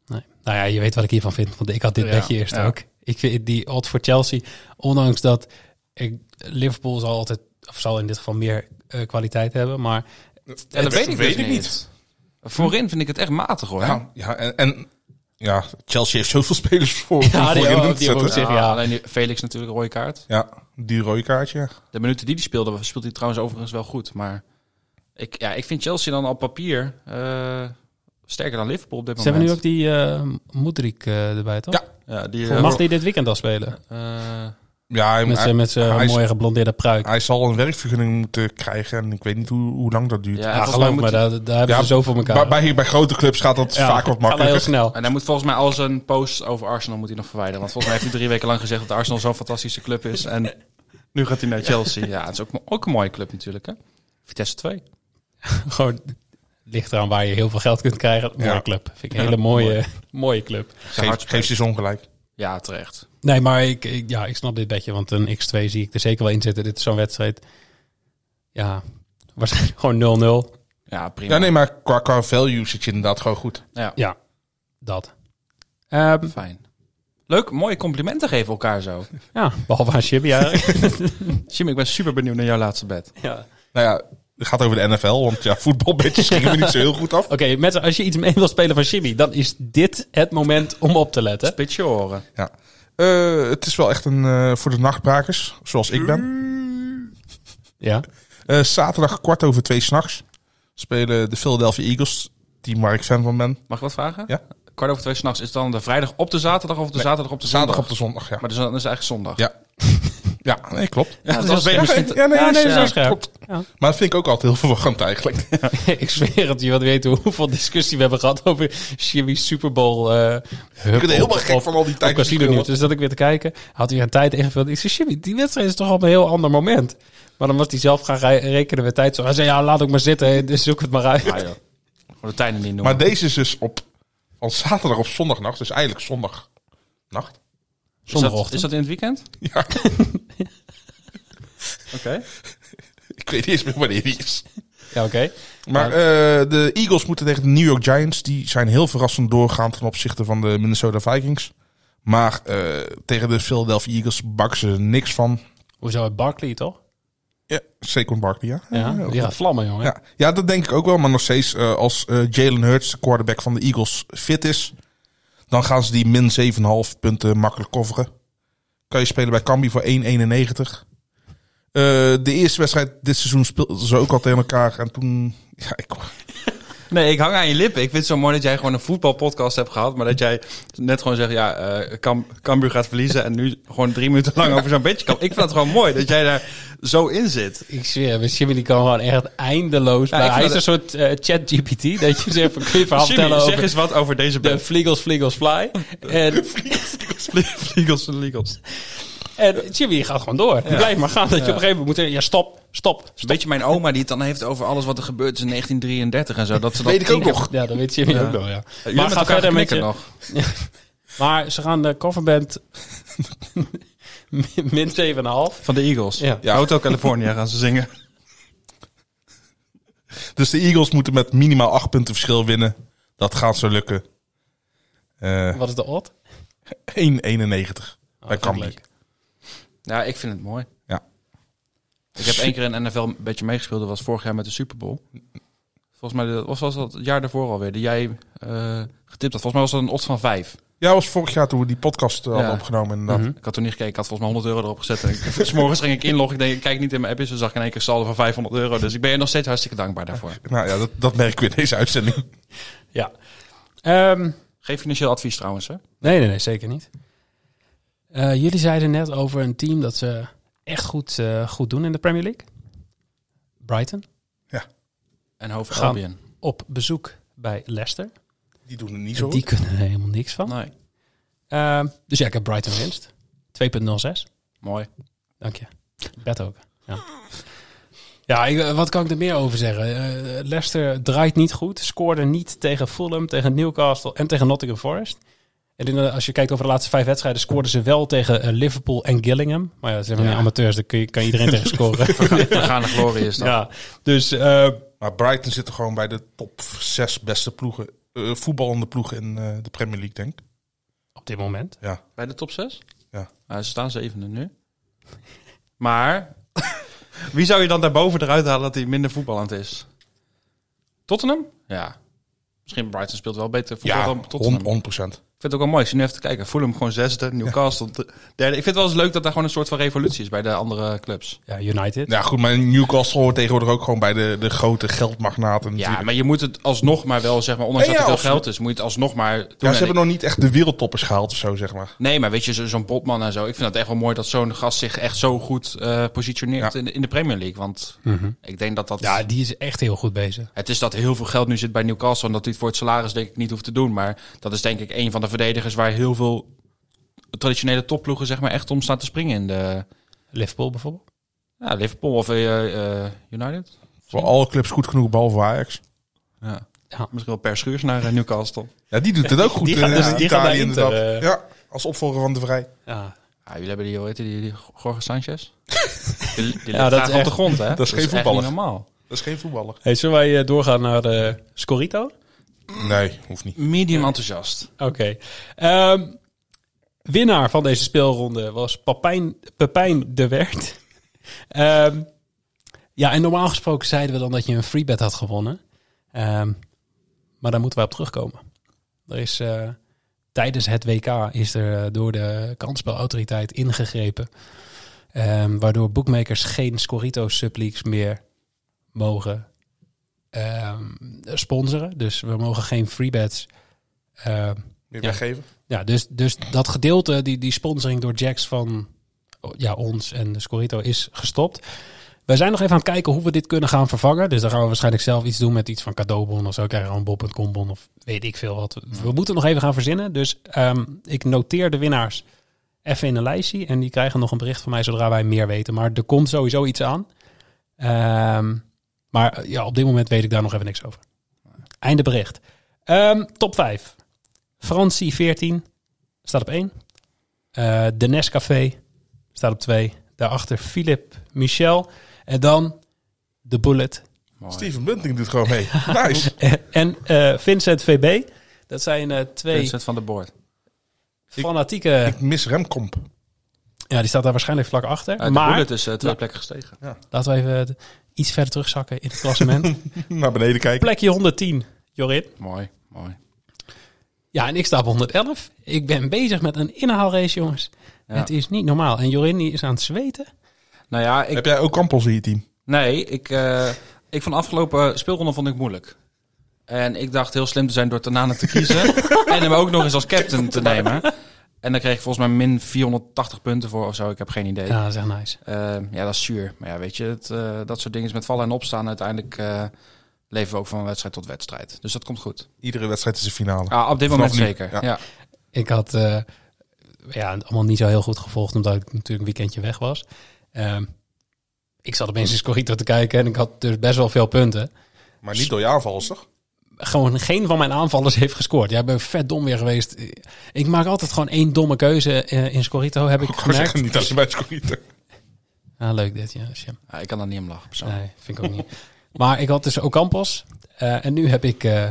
F: Nee. Nou ja, je weet wat ik hiervan vind, want ik had dit
G: Ja,
F: bedje eerst
G: ja.
F: ook. Ik vind die odd voor Chelsea, ondanks dat ik, Liverpool zal altijd, of zal in dit geval meer eh, kwaliteit hebben, maar
G: En dat
C: weet
G: weet ik,
C: weet
G: dus
C: ik
G: niet.
C: niet.
G: Voorin vind ik het echt matig hoor.
C: ja, ja, en, en ja, Chelsea heeft zoveel spelers voor.
F: die
C: voor in
F: hebben-
C: te
F: die hebben
C: zetten.
F: ook zeg, ja.
G: Ah, Alleen die Felix natuurlijk rode kaart.
C: Ja, die rode kaartje. ja.
G: De minuten die hij speelde, speelt hij trouwens overigens wel goed. Maar ik, ja, ik vind Chelsea dan op papier eh, sterker dan Liverpool op dit
F: ze hebben
G: moment.
F: nu ook die eh Moedrik eh, erbij, toch?
C: Ja.
G: Ja, die, eh,
F: Mag die dit weekend al spelen?
G: eh,
C: Ja, hij,
F: Met zijn
C: hij-
F: met zijn
C: hij is-
F: mooie geblondeerde pruik.
C: hij zal een werkvergunning moeten krijgen en ik weet niet hoe, hoe lang dat duurt.
G: Ja,
F: Ja,
G: volgens mij
F: geloof
G: moet
F: me,
G: hij-
F: daar, daar hebben
C: Ja,
F: ze zoveel elkaar.
C: bij, bij, bij grote clubs gaat dat
F: Ja,
C: vaak wat
F: gaat wel heel
C: makkelijker.
F: snel.
G: En hij moet volgens mij al zijn posts over Arsenal moet hij nog verwijderen. Want volgens mij heeft hij drie weken lang gezegd dat Arsenal zo'n fantastische club is. En (laughs) nu gaat hij naar Chelsea. Ja, het is ook, mo- ook een mooie club natuurlijk. Hè? Vitesse 2.
F: Gewoon ligt eraan waar je heel veel geld kunt krijgen. Mooie
C: Ja.
F: club. Vind ik een hele mooie, (laughs) mooie club.
C: Geef, geef ze eens ongelijk.
G: Ja, terecht.
F: Nee, maar ik, ik- ja, ik snap dit bedje, want een X2 zie ik er zeker wel in zitten. Dit is zo'n wedstrijd. Ja, waarschijnlijk gewoon 0-0.
G: Ja, prima.
C: Ja, nee, maar qua, qua value zit je inderdaad gewoon goed.
F: Ja, dat. Ehm,
G: Fijn. Leuk, mooie complimenten geven elkaar zo.
F: ja, behalve aan Chibi eigenlijk.
G: Jim, ik ben super benieuwd naar jouw laatste bed.
F: (laughs) ja.
C: Nou ja, het gaat over de NFL, want ja, voetbalbedjes (laughs) gingen me niet zo heel goed af.
F: Oké, mensen, als je iets mee wil spelen van Chibi, dan is dit het moment om op te letten.
G: Beetje horen.
C: Ja. Eh, het is wel echt een eh, voor de nachtbrakers, zoals ik ben.
F: Ja,
C: Eh, zaterdag kwart over twee s'nachts spelen de Philadelphia Eagles, team waar ik fan van ben.
G: Mag ik wat vragen?
C: Ja.
G: Kwart over twee s'nachts. Is het dan de vrijdag op de zaterdag of de zaterdag op de zondag?
C: Zaterdag op de zondag, ja. (laughs)
G: Maar dus dan is het eigenlijk zondag.
C: Ja. Ja, nee, klopt.
G: Ja, dat was
C: Ja,
G: misschien...
C: nee, ja, nee,
F: Ja,
C: nee,
F: is,
C: nee,
F: eh,
C: klopt.
F: Ja.
C: Maar dat vind ik ook altijd heel verwarrend eigenlijk. (laughs)
F: (laughs) ik zweer het, je wilt weten hoeveel discussie we hebben gehad over Jimmy Super Bowl. eh hup,
C: word helemaal gek van al die
F: op Casino
C: tijdverschillen.
F: Nieuws. Dus dat ik weer te kijken, had hij een tijd ingevuld. Ik zei, Jimmy, die wedstrijd is toch op een heel ander moment. Maar dan was hij zelf gaan re- rekenen met tijd. Zo, Hij zei, ja, laat ook maar zitten, dus zoek het maar uit. (laughs)
G: Ah, joh. Voor de tijden niet noemen.
C: Maar deze is dus op van zaterdag op zondagnacht, dus eigenlijk zondagnacht.
G: is, dat,
F: zondagochtend.
G: is dat in het weekend?
C: Ja,
G: Oké.
C: ik weet niet eens meer wanneer die is.
F: Ja, oké.
C: Maar eh, de Eagles moeten tegen de New York Giants. Die zijn heel verrassend doorgaan ten opzichte van de Minnesota Vikings. Maar eh, tegen de Philadelphia Eagles bakken ze niks van.
F: Hoezo, het Barkley toch?
C: Ja, Saquon Barkley, ja.
F: Ja, die gaat vlammen, jongen.
C: Ja, ja, dat denk ik ook wel. Maar nog steeds, eh, als eh, Jalen Hurts, de quarterback van de Eagles, fit is... dan gaan ze die min 7,5 punten makkelijk coveren. Kan je spelen bij Cambi voor 1,91. Eh, de eerste wedstrijd dit seizoen speelden ze ook al tegen elkaar. En toen... Ja, ik,
G: Nee, ik hang aan je lippen. Ik vind het zo mooi dat jij gewoon een voetbalpodcast hebt gehad. Maar dat jij net gewoon zegt, ja, eh Cam- Cambuur gaat verliezen. En nu gewoon drie minuten lang over zo'n beetje kan. Ik vind het gewoon mooi dat jij daar zo in zit.
F: Ik zweer, maar Jimmy die kan gewoon echt eindeloos bij.
G: ik
F: Hij
G: vind
F: is een soort eh, chat-GPT, dat je zegt, van, kun je verhaal
G: Jimmy,
F: vertellen
G: zeg
F: over
G: eens eh, wat over deze
F: de
G: band.
F: Vliegels, Vliegels, Fly. (laughs) En
G: Vliegels en Legals.
F: En Jimmy gaat gewoon door. Die Blijf maar gaan. Dat je op een gegeven moment moet zeggen, ja stop, stop.
G: Een beetje mijn oma die het dan heeft over alles wat er gebeurd is in 1933 en zo. Dat ze dat
C: weet ik ook
G: tien keer-
C: nog.
F: Ja, dat weet Jimmy ook nog, ja.
G: Jullie maar
F: ga
G: met verder met nog.
F: Maar ze gaan de coverband (laughs) min- min 7,5.
G: Van de Eagles.
F: Ja.
G: Hotel California gaan ze zingen.
C: Dus de Eagles moeten met minimaal 8 punten verschil winnen. Dat gaat zo lukken. Eh 1,91
F: Wat is de odd?
C: bij
F: dat
C: Cambi.
F: leuk.
G: Ja, ik vind het mooi.
C: Ja.
G: Ik heb één keer in NFL een beetje meegespeeld. Dat was vorig jaar met de Super Bowl. Volgens mij dat- was, was dat het jaar daarvoor alweer. Die jij eh, getipt had. Volgens mij was dat een odds van vijf.
C: Ja, dat was vorig jaar toen we die podcast eh, hadden
G: Ja. Mhm.
C: opgenomen inderdaad.
G: Ik had toen niet gekeken. Ik had volgens mij 100 euro erop gezet. En ik, (laughs) 's morgens ging ik inloggen. Ik denk, ik kijk niet in mijn app. Dus dan zag ik in één keer saldo van 500 euro. Dus ik ben je nog steeds hartstikke dankbaar daarvoor.
C: Nou ja, dat, dat merken we in deze uitzending.
F: Ja. Ehm,
G: Geef financieel advies trouwens. Hè?
F: nee, nee, nee, zeker niet. Eh, jullie zeiden net over een team dat ze echt goed, eh, goed doen in de Premier League. Brighton.
G: En hoofd
F: Gaan.
G: Albion.
F: Op bezoek bij Leicester.
C: Die doen er niet zo.
F: Die kunnen er helemaal niks van.
G: Nee.
F: Ehm, dus ja, ik heb Brighton winst. 2,06.
G: Mooi.
F: Dank je. Bed ook. Ja, ja ik, eh, wat kan ik er meer over zeggen? Eh, Leicester draait niet goed. Scoorde niet tegen Fulham, tegen Newcastle en tegen Nottingham Forest. En in, eh, als je kijkt over de laatste vijf wedstrijden, scoorden ze wel tegen eh, Liverpool en Gillingham. Maar ja, dat zijn van die amateurs, daar kun je, kan iedereen tegen
G: (laughs)
F: scoren.
G: Vergaande glorie is dat.
F: ja, dus eh,
C: Maar Brighton zit er gewoon bij de top zes beste ploegen, eh, voetballende ploegen in eh, de Premier League, denk ik.
F: op dit moment.
G: Bij de top 6?
C: Ja.
G: ze staan zevende nu. Maar (laughs) wie zou je dan daarboven eruit halen dat hij minder voetballend is? Tottenham? Ja. Misschien Brighton speelt wel beter voetbal
C: Ja,
G: dan
C: hon-
G: Tottenham.
C: 100 procent.
G: Ik vind het ook wel mooi. Ik zie nu even te kijken. Fulham gewoon zesde, Newcastle de- derde. Ik vind het wel eens leuk dat daar gewoon een soort van revolutie is bij de andere clubs.
F: Ja, United.
C: Ja, goed, maar Newcastle hoort tegenwoordig ook gewoon bij de, de grote geldmagnaten.
G: Ja,
C: natuurlijk.
G: maar je moet het alsnog maar wel, zeg maar, ondanks
C: Nee,
G: dat
C: ja,
G: er veel
C: als-
G: geld is, moet je het alsnog maar doen.
C: Ja,
G: En
C: ze
G: ik-
C: hebben nog niet echt de wereldtoppers gehaald of zo, zeg maar.
G: Nee, maar weet je, zo- zo'n Botman en zo. Ik vind het echt wel mooi dat zo'n gast zich echt zo goed eh, positioneert
C: Ja.
G: in, de, in de Premier League. Want ik denk dat dat...
F: Mhm. Ja, die is echt heel goed bezig.
G: Het is dat heel veel geld nu zit bij Newcastle en dat hij het voor het salaris denk ik niet hoeft te doen. Maar dat is denk ik een van de verdedigers waar heel veel traditionele topploegen zeg maar echt om staan te springen in de...
F: Liverpool bijvoorbeeld.
G: Ja, Liverpool of eh, eh, United.
C: Voor alle clubs goed genoeg, behalve Ajax.
G: Ja.
F: Ja.
G: Misschien wel per schuurs naar eh, (laughs) Newcastle.
C: Ja, die doet het ook goed
F: Die
C: in
F: gaat dus-
C: eh,
F: die gaat
C: Italië
F: naar Inter, eh.
C: inderdaad. Ja, als opvolger van de Vrij.
F: Ja,
G: Ja, Ah, jullie hebben die, hoe heet die, die Jorge Sanchez? (laughs) Die, die ligt
F: dat
G: graag
F: is
G: op
F: echt-
G: de grond, hè? Dat
C: geen
G: echt niet
C: voetballer.
G: normaal.
C: Dat is geen voetballer.
F: (laughs) Hey, zullen wij eh, doorgaan naar de Scorito?
C: Nee, hoeft niet.
G: Medium enthousiast.
F: Oké. Ehm, winnaar van deze speelronde was Papijn, Pepijn de Wert. Ehm, ja, en normaal gesproken zeiden we dan dat je een free bet had gewonnen. Ehm, maar daar moeten wij op terugkomen. Er is, eh, tijdens het WK is er eh, door de kansspelautoriteit ingegrepen. Ehm, waardoor boekmakers geen Scorito subleaks meer mogen ehm, sponsoren. Dus we mogen geen free bets ehm,
C: Meer
F: Ja.
C: weggeven.
F: ja, dus, dus dat gedeelte, die, die sponsoring door Jax van ja, ons en de Scorito is gestopt. Wij zijn nog even aan het kijken hoe we dit kunnen gaan vervangen. Dus daar gaan we waarschijnlijk zelf iets doen met iets van cadeaubon of zo. Krijgen we een bol.com bon of weet ik veel wat. We moeten nog even gaan verzinnen. Dus ehm, ik noteer de winnaars even in een lijstje. En die krijgen nog een bericht van mij zodra wij meer weten. Maar er komt sowieso iets aan. Ehm, maar eh, ja, op dit moment weet ik daar nog even niks over. Einde bericht. Ehm, top 5. Francie 14 staat op 1. Eh de Nescafé staat op 2. Daarachter Philip Michel. En dan de Bullet. (laughs)
G: Mooi.
C: Steven Bunting doet gewoon mee. Nice.
F: en eh, Vincent VB. Dat zijn eh, twee
G: Vincent van de Boord.
F: fanatieke...
C: Ik mis Remkomp.
F: ja, die staat daar waarschijnlijk vlak achter.
G: Eh, de
F: maar
G: Bullet is eh, twee plekken gestegen.
F: laten we even eh, iets verder terugzakken in het
G: (laughs)
F: klassement.
C: (laughs) Naar beneden kijken.
F: Plekje 110, Jorin.
G: Mooi, mooi.
F: Ja, en ik sta op 111. Ik ben bezig met een inhaalrace, jongens.
G: Ja.
F: Het is niet normaal. En Jorin die is aan het zweten.
G: Nou ja, ik,
C: Heb jij ook Campos in je team?
G: nee, ik, eh, ik van de afgelopen speelronde vond ik moeilijk. En ik dacht heel slim te zijn door Tanane te kiezen. en hem ook nog eens als captain te nemen. En dan kreeg ik volgens mij min 480 punten voor of zo. Ik heb geen idee.
F: Ja, Ah, dat is echt nice.
G: Eh, ja, dat is zuur. Maar ja, weet je, het, eh, dat soort dingen is met vallen en opstaan. Uiteindelijk eh, leven we ook van wedstrijd tot wedstrijd. Dus dat komt goed.
C: Iedere wedstrijd is een finale.
G: Ah, op dit
C: Vanaf
G: moment
C: nu,
G: zeker.
C: ja.
G: Ja.
F: Ik had eh, ja, het allemaal niet zo heel goed gevolgd, omdat ik natuurlijk een weekendje weg was. Ehm, ik zat opeens in Scorito te kijken en ik had dus best wel veel punten.
C: Maar niet door je aanvallers, toch?
F: Gewoon geen van mijn aanvallers (laughs) heeft gescoord. Jij bent vet dom weer geweest. Ik maak altijd gewoon één domme keuze eh, in Scorito, heb ik
C: (laughs) Gewoon
F: gemerkt.
C: zeggen, niet als je bij het scoort.
F: Ah, leuk dit, ja. shit.
G: Ja, ik kan daar niet om lachen. persoonlijk.
F: Nee, vind ik ook niet. (laughs) Maar ik had dus Ocampos. eh, en nu heb ik eh,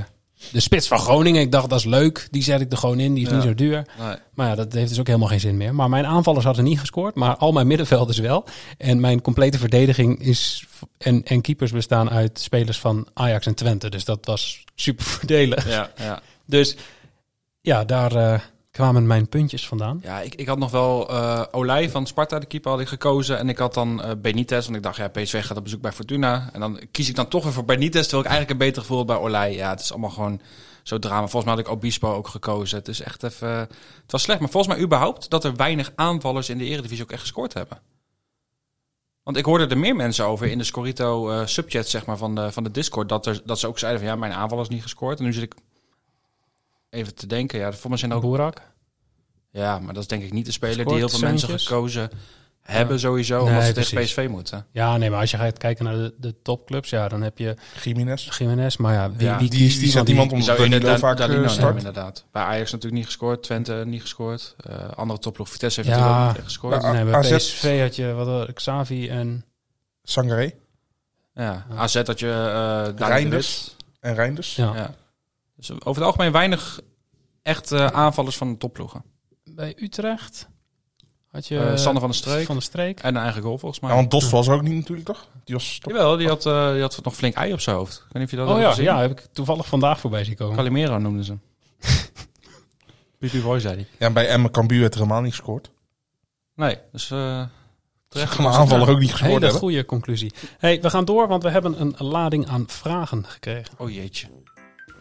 F: de spits van Groningen. Ik dacht, dat is leuk. Die zet ik er gewoon in. Die is
G: Ja.
F: niet zo duur.
G: Nee.
F: Maar ja, dat heeft dus ook helemaal geen zin meer. Maar mijn aanvallers hadden niet gescoord. Maar al mijn middenvelders wel. En mijn complete verdediging is... En, en keepers bestaan uit spelers van Ajax en Twente. Dus dat was super voordelig.
G: Ja, ja.
F: Dus ja, daar eh, kwamen mijn puntjes vandaan.
G: ja ik, ik had nog wel eh Olij van Sparta, de keeper, had ik gekozen. En ik had dan eh, Benitez, want ik dacht, ja, PSV gaat op bezoek bij Fortuna. En dan kies ik dan toch weer voor Benitez, terwijl ik eigenlijk een beter gevoel had bij Olij. Ja, het is allemaal gewoon zo drama. Volgens mij had ik Obispo ook gekozen. Het is echt even... Het was slecht, maar volgens mij überhaupt dat er weinig aanvallers in de Eredivisie ook echt gescoord hebben. Want ik hoorde er meer mensen over in de Scorito eh, subchat zeg maar, van, de, van de Discord. Dat, er, dat ze ook zeiden van ja, mijn aanval is niet gescoord. En nu zit ik even te denken. Ja, volgens mij zijn er ook
F: Boerak?
G: ja, maar dat is denk ik niet de speler
F: Scoort
G: die heel veel mensen
F: Sanchez?
G: gekozen hebben sowieso.
F: Nee,
G: omdat ze tegen
F: precies.
G: PSV moeten.
F: Ja, nee, maar als je gaat kijken naar de, de topclubs... Ja, dan heb je
C: Jiménez.
F: Jiménez. Maar ja, wie,
G: Ja,
F: wie
C: Die,
F: kiest
C: die, zet
F: Want die-
C: iemand om
G: Zou
C: Danilo
G: inderdaad-
C: vaak
G: Danilo
C: eh,
G: nemen,
C: start.
G: inderdaad. Bij Ajax natuurlijk niet gescoord. Twente niet gescoord. eh, andere topploeg Vitesse heeft
F: Ja.
G: natuurlijk ook niet echt gescoord.
C: Ja.
G: Ja.
F: Nee, bij
C: AZ.
F: PSV had je wat, eh, Xavi en...
C: Sangaré
G: AZ dat je eh Dani de
C: Reinders.
G: Wit.
C: en Reinders.
F: Ja.
G: Ja. Dus over het algemeen weinig echt eh, aanvallers van de topploegen.
F: Bij Utrecht had je...
G: Eh, Sander van der Streek.
F: Van der Streek.
G: En een eigen goal volgens mij.
C: Ja, want Dost was er ook niet natuurlijk, toch? Die was toch-
G: Jawel, die had, eh, die had nog flink ei op zijn hoofd. Ik weet niet of je dat
F: Oh
G: hebt
F: ja,
G: gezien.
F: ja, heb ik toevallig vandaag voorbij zien komen.
G: Calimero
F: (laughs)
G: noemden ze hem. Pipi Boy zei hij.
C: Ja, en bij Emmen Cambuur werd er helemaal niet gescoord.
G: Nee, dus eh terecht.
C: Kan mijn aanvaller ook niet gescoord
F: Hele
C: hebben.
F: goede conclusie. Hey, we gaan door, want we hebben een lading aan vragen gekregen.
G: Oh jeetje.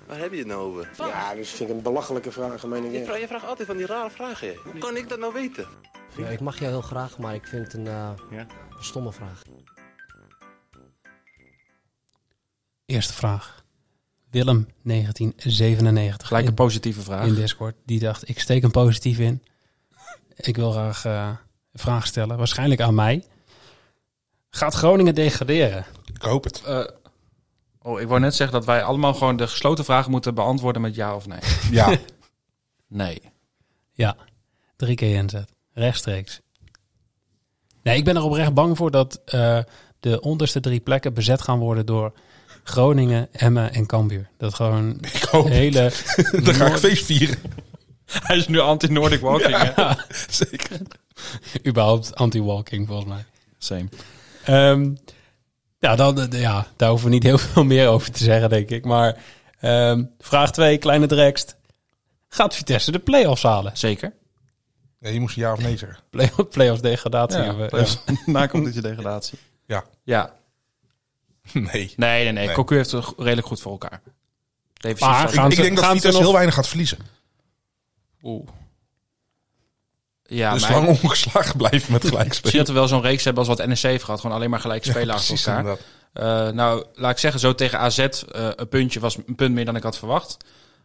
I: Waar heb je het nou over?
J: Ja, dat vind ik een belachelijke vraag, meen ik.
I: Je vraagt, je vraagt altijd van die rare vragen. hè. Hoe kan ik dat nou weten?
E: Ik mag jou heel graag, maar ik vind het een stomme vraag.
F: Eerste vraag. Willem, 1997.
G: Gelijk een
F: in,
G: positieve vraag.
F: in Discord. Die dacht, ik steek een positief in. Ik wil graag eh, een vraag stellen. Waarschijnlijk aan mij. Gaat Groningen degraderen?
C: Ik hoop het.
G: Eh, oh, ik wou net zeggen dat wij allemaal gewoon de gesloten vragen moeten beantwoorden met ja of nee.
C: Ja,
G: Nee.
F: Ja, drie keer inzet. Rechtstreeks. Nee, ik ben er oprecht bang voor dat eh, de onderste drie plekken bezet gaan worden door Groningen, Emmen en Cambuur. Dat gewoon
C: (laughs) ik hoop het.
F: hele...
C: (laughs) Dan ga ik feest vieren.
G: (laughs) Hij is nu anti-Nordic walking, hè?
C: (laughs) Zeker.
F: überhaupt anti-walking volgens mij.
G: Same.
F: Ehm, ja, dan, eh, ja, daar hoeven we niet heel (laughs) veel meer over te zeggen, denk ik. Maar ehm, vraag 2, kleine drekst. Gaat Vitesse de play-offs halen? (laughs)
G: Zeker.
C: Ja, je moest ja of nee zeggen.
F: Play- Play-offs degradatie. hebben we. (laughs)
C: (laughs)
G: Na komt je degradatie.
C: Ja.
G: Ja.
C: (laughs) Nee.
G: Nee, nee, nee.
C: Nee.
G: Cocu heeft het go- redelijk goed voor elkaar. Defensief
F: Maar
G: staat-
F: gaan
C: Ik
F: ze-
C: denk dat
F: gaan ze
C: Vitesse
F: nog-
C: heel weinig gaat verliezen.
G: Oeh. Ja,
C: dus
G: maar
C: lang ongeslagen blijven met
G: ik zie
C: gelijkspelen.
G: dat we wel zo'n reeks hebben als wat NEC heeft gehad. Gewoon alleen maar gelijk spelen achter
C: Precies,
G: elkaar.
C: inderdaad.
G: Eh, nou, laat ik zeggen, zo tegen AZ, eh, een puntje was een punt meer dan ik had verwacht.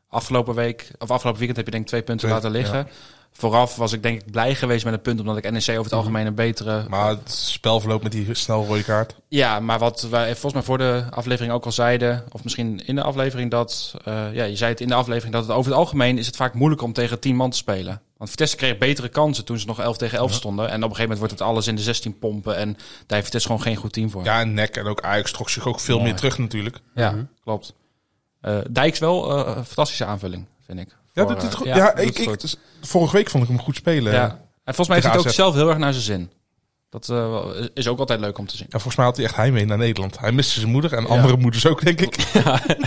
G: Afgelopen week, of afgelopen weekend heb je denk ik twee punten
C: Twee,
G: laten liggen. Vooraf was ik denk ik blij geweest met een punt, omdat ik NEC over het algemeen een betere...
C: Maar het spel verloopt met die snel rode kaart.
G: Ja, maar wat wij volgens mij voor de aflevering ook al zeiden, of misschien in de aflevering dat... eh, ja, je zei het in de aflevering, dat het over het algemeen is het vaak moeilijk om tegen tien man te spelen. Want Vitesse kreeg betere kansen toen ze nog 11 tegen 11 stonden. En op een gegeven moment wordt het alles in de 16 pompen. En daar heeft Vitesse gewoon geen goed team voor.
C: Ja, en nek en ook Ajax trok zich ook veel meer terug natuurlijk.
G: Ja, Mhm. klopt. Eh, Dijks wel eh, een fantastische aanvulling, vind ik.
C: Ja,
G: Voor,
C: dat, dat,
G: eh,
C: goed.
G: ja,
C: ja,
G: doet
C: ik,
G: het
C: ik,
G: goed.
C: dus vorige week vond ik hem goed spelen.
G: ja.
C: Ja.
G: En volgens mij heeft hij het ook
C: AZ.
G: zelf heel erg naar zijn zin. Dat eh, wel- is ook altijd leuk om te zien.
C: volgens mij had hij echt heimwee naar Nederland. Hij miste zijn moeder en andere moeders ook, denk ik.
G: (laughs)
F: (laughs)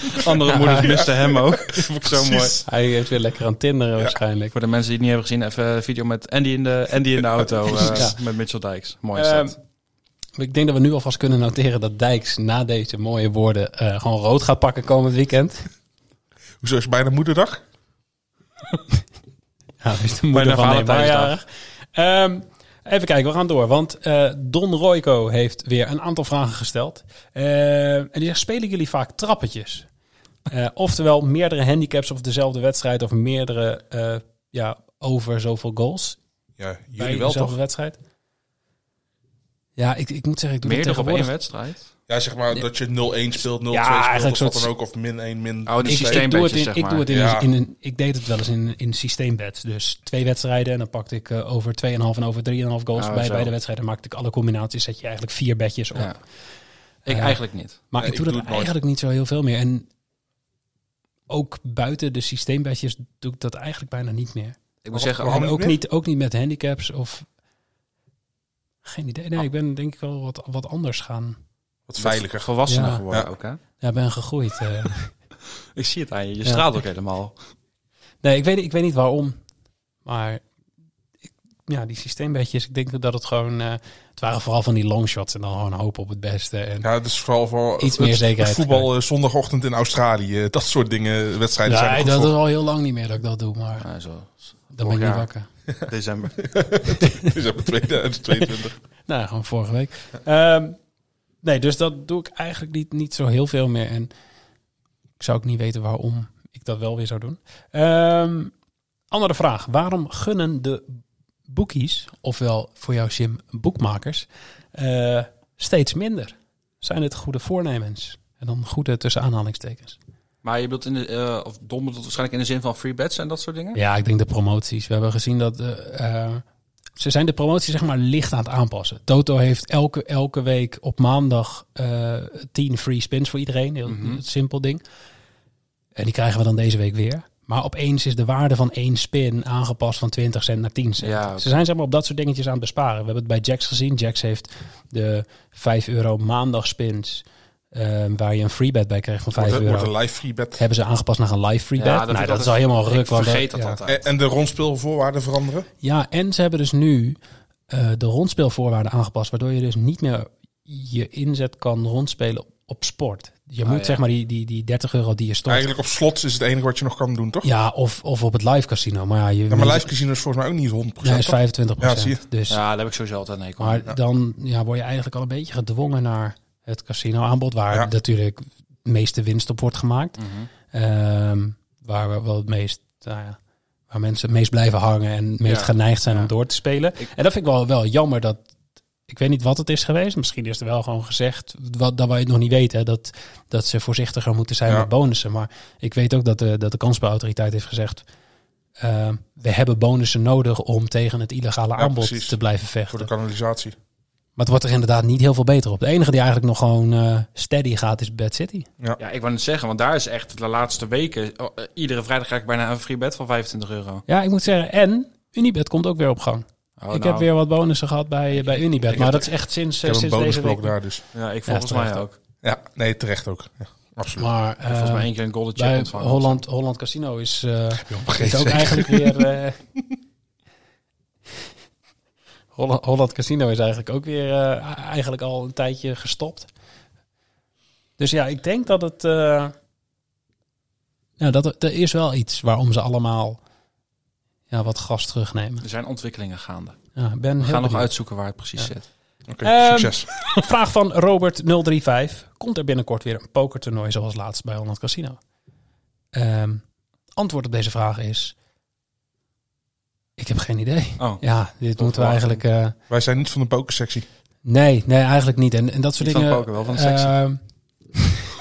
C: (laughs)
G: Andere moeders misten hem ook. (laughs) Dat vond ik zo mooi.
C: Precies.
F: Hij heeft weer lekker aan Tinder waarschijnlijk.
G: Voor de mensen die het niet hebben gezien, even een video met Andy in de, Andy in de auto. eh,
F: Ja.
G: Met Mitchell Dijks. Mooi is dat.
F: Ehm, ik denk dat we nu alvast kunnen noteren dat Dijks na deze mooie woorden eh, gewoon rood gaat pakken komend weekend. (laughs)
C: Hoezo is het bijna moederdag?
F: Ja, dat is de moeder
G: Bijna
F: van een
G: Valentijnsdag.
F: jarig. Ehm, even kijken, we gaan door. Want eh, Don Royco heeft weer een aantal vragen gesteld. Ehm, en die zegt, spelen jullie vaak trappetjes? Eh, oftewel meerdere handicaps of dezelfde wedstrijd of meerdere eh, ja, over zoveel goals
C: Ja, jullie
F: bij
C: wel
F: dezelfde
C: toch?
F: wedstrijd. Ja, ik, ik moet zeggen, ik doe dat
G: Meerdere op één
F: tegenwoordig
G: wedstrijd.
C: Ja, zeg maar dat je 0-1 speelt, 0-2 speelt
F: eigenlijk
C: of wat
F: soort-
C: dan ook. Of min 1, min
G: Oh, in een
F: Ik,
G: systeem
F: ik doe het
G: beetje,
F: in,
G: zeg
F: ik
G: maar.
F: doe het in,
C: Ja.
F: een, in een- ik deed het wel eens in, in systeembeds. Dus twee wedstrijden en dan pakte ik eh, over 2,5 en over 3,5 goals.
G: Oh,
F: bij
G: zo.
F: beide wedstrijden maakte ik alle combinaties. Zet je eigenlijk vier bedjes op.
G: Ja. Ik
F: Ja.
G: eigenlijk niet.
F: Maar
C: Nee,
F: ik doe dat
C: ik doe het nooit.
F: eigenlijk niet zo heel veel meer. En ook buiten de systeembedjes doe ik dat eigenlijk bijna niet meer.
G: Ik moet zeggen,
C: Waarom
F: En ook,
C: niet meer?
F: niet, ook niet met handicaps of... Geen idee. Nee, ik ben denk ik wel wat, wat anders gaan.
C: wat veiliger.
G: volwassener
F: Ja.
G: geworden
C: Ja.
G: ook, hè?
F: Ja, ben gegroeid. eh.
G: Ik zie het aan je. Je
F: Ja.
G: straalt ook helemaal.
F: Nee, ik weet, ik weet niet waarom. Maar ik- ja, die systeembedjes, ik denk dat het gewoon... eh, het waren vooral van die longshots en dan gewoon hopen op het beste. En,
C: Ja, dat is vooral voor
F: Iets meer
C: het- het
F: zekerheid.
C: voetbal eh, zondagochtend in Australië. Dat soort dingen, wedstrijden zijn er
F: Nee,
C: goed
F: dat is
C: voor.
F: al heel lang niet meer dat ik dat doe, maar
G: Ah, zo.
F: dan ben ik
G: jaar.
F: niet wakker.
G: December.
C: (laughs) Is op 2022.
F: Nou, gewoon vorige week. Ehm, nee, dus dat doe ik eigenlijk niet, niet zo heel veel meer. En ik zou ook niet weten waarom ik dat wel weer zou doen. Ehm, andere vraag. Waarom gunnen de boekies, ofwel voor jou Jim, boekmakers, eh, steeds minder? Zijn het goede voornemens? En dan goede tussen aanhalingstekens.
G: Maar je bedoelt in de, eh, of dom bedoelt waarschijnlijk in de zin van free bets en dat soort dingen?
F: Ja, ik denk de promoties. We hebben gezien dat eh, eh, ze zijn de promotie zeg maar licht aan het aanpassen. Toto heeft elke, elke week op maandag eh, tien free spins voor iedereen. Heel
G: Mhm.
F: simpel ding. En die krijgen we dan deze week weer. Maar opeens is de waarde van één spin aangepast van 20 cent naar 10 cent.
G: Ja, oké.
F: Ze zijn zeg maar op dat soort dingetjes aan het besparen. We hebben het bij Jax gezien. Jax heeft de 5 euro maandag spins. eh, waar je een free bet bij krijgt van 5
C: Wordt, wordt
F: euro.
C: een live free bet.
F: Hebben ze aangepast naar een live free
G: Ja,
F: bet.
G: dat
F: nou,
G: vind ik
F: dat is al
G: altijd-
F: helemaal ruk.
G: Ik
F: want eh,
G: vergeet dat
F: ja.
G: altijd.
C: En, en de rondspelvoorwaarden veranderen.
F: Ja, en ze hebben dus nu eh, de rondspeelvoorwaarden aangepast, waardoor je dus niet meer je inzet kan rondspelen op sport. Je
G: Ah,
F: moet
G: ja.
F: zeg maar die, die, die 30 euro die je stort.
C: Eigenlijk op slot is het enige wat je nog kan doen, toch? Ja,
F: Ja, of, of op het live casino. Maar ja, je
C: maar live casino is volgens mij ook niet 100%.
F: ja, is
C: toch?
F: 25
C: Ja, zie je.
F: Dus,
G: Ja, daar heb ik sowieso altijd een hekel aan.
F: Maar dan ja, word je eigenlijk al een beetje gedwongen naar het casino aanbod, waar
C: Ja.
F: natuurlijk de meeste winst op wordt gemaakt.
G: Mhm.
F: Ehm, waar we wel het meest, nou ja, waar mensen het meest blijven hangen en het meest
G: Ja.
F: geneigd zijn
G: Ja.
F: om door te spelen.
G: Ik-
F: en dat vind ik wel, wel jammer dat. Ik weet niet wat het is geweest. Misschien is er wel gewoon gezegd, wat, dat wij het nog niet weten, hè, dat, dat ze voorzichtiger moeten zijn
C: Ja.
F: met bonussen. Maar ik weet ook dat de, dat de kansspelautoriteit heeft gezegd, ehm, we hebben bonussen nodig om tegen het illegale
C: Ja,
F: aanbod
C: precies.
F: te blijven
C: Voor
F: vechten.
C: de kanalisatie.
F: Maar het wordt er inderdaad niet heel veel beter op. De enige die eigenlijk nog gewoon eh, steady gaat is Bad City.
G: Ja, ik wou net zeggen, want daar is echt de laatste weken... oh, eh, iedere vrijdag krijg ik bijna een free bet van 25 euro.
F: Ja, ik moet zeggen, en Unibet komt ook weer op gang.
G: Oh,
F: ik
G: nou,
F: heb weer wat bonussen gehad bij, eh, bij Unibet.
C: ik
F: maar
C: heb-
F: dat is echt sinds,
C: Ik heb
F: eh,
C: een
F: sinds deze
C: bonusblok
F: week.
C: daar dus.
G: Ja, ik volgens
F: terecht
G: mij ook.
C: Ja, nee, terecht ook. Ja, absoluut.
F: Maar eh,
G: volgens mij één keer een golden chip
F: bij
G: ontvangen.
F: Holland, Holland Casino is,
G: (laughs)
F: eh,
C: Heb je op een
F: is
C: gegeven
F: ook
C: moment-
F: eigenlijk weer... eh, (laughs) Holland, Holland Casino is eigenlijk ook weer eh, eigenlijk al een tijdje gestopt. Dus ja, ik denk dat het... eh, nou, dat, er- er is wel iets waarom ze allemaal ja, wat gas terugnemen.
G: Er zijn ontwikkelingen gaande.
F: Ja, ik ben heel
G: We gaan nog
F: benieuwd.
G: uitzoeken waar het precies
F: Ja.
G: zit. Oh,
C: Oké,
F: Ehm,
C: succes.
F: (laughs) Vraag van Robert035. Komt er binnenkort weer een pokertoernooi zoals laatst bij Holland Casino? Ehm, antwoord op deze vraag is... Ik heb geen idee.
G: Oh,
F: Ja, dit moeten we
G: verwachting.
F: eigenlijk... eh,
C: Wij zijn niet van de pokersectie.
F: nee, nee, eigenlijk niet. En, en dat soort
G: Niet van
F: dingen...
G: poker, wel van de seks.
F: ehm, (laughs)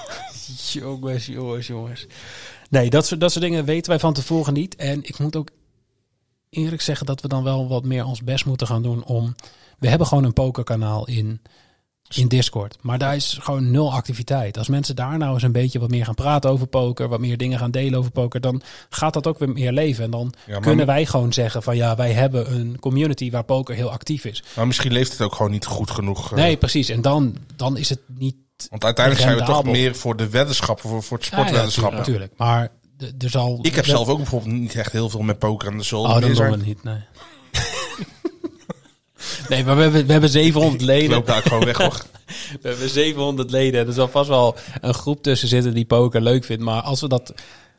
F: jongens, jongens, jongens. Nee, dat soort, dat soort dingen weten wij van tevoren niet. En ik moet ook eerlijk zeggen dat we dan wel wat meer ons best moeten gaan doen om... We hebben gewoon een pokerkanaal in, in Discord. Maar daar is gewoon nul activiteit. Als mensen daar nou eens een beetje wat meer gaan praten over poker... wat meer dingen gaan delen over poker... dan gaat dat ook weer meer leven. En dan
C: Ja, maar-
F: kunnen wij gewoon zeggen van... ja, wij hebben een community waar poker heel actief is.
C: Maar misschien leeft het ook gewoon niet goed genoeg. eh,
F: Nee, precies. En dan, dan is het niet
C: Want uiteindelijk zijn we toch
F: rendabel.
C: meer voor de weddenschappen, voor, voor het sportweddenschappen.
F: natuurlijk. Maar d- er zal...
C: ik heb zelf ook bijvoorbeeld niet echt heel veel met poker en de zolder.
F: Oh, dat doen we niet, nee. (laughs) nee, maar we hebben, we hebben 700
C: Ik
F: leden.
C: loop daar gewoon weg, hoor.
F: We hebben 700 leden. Er zal vast wel een groep tussen zitten die poker leuk vindt. Maar als we dat...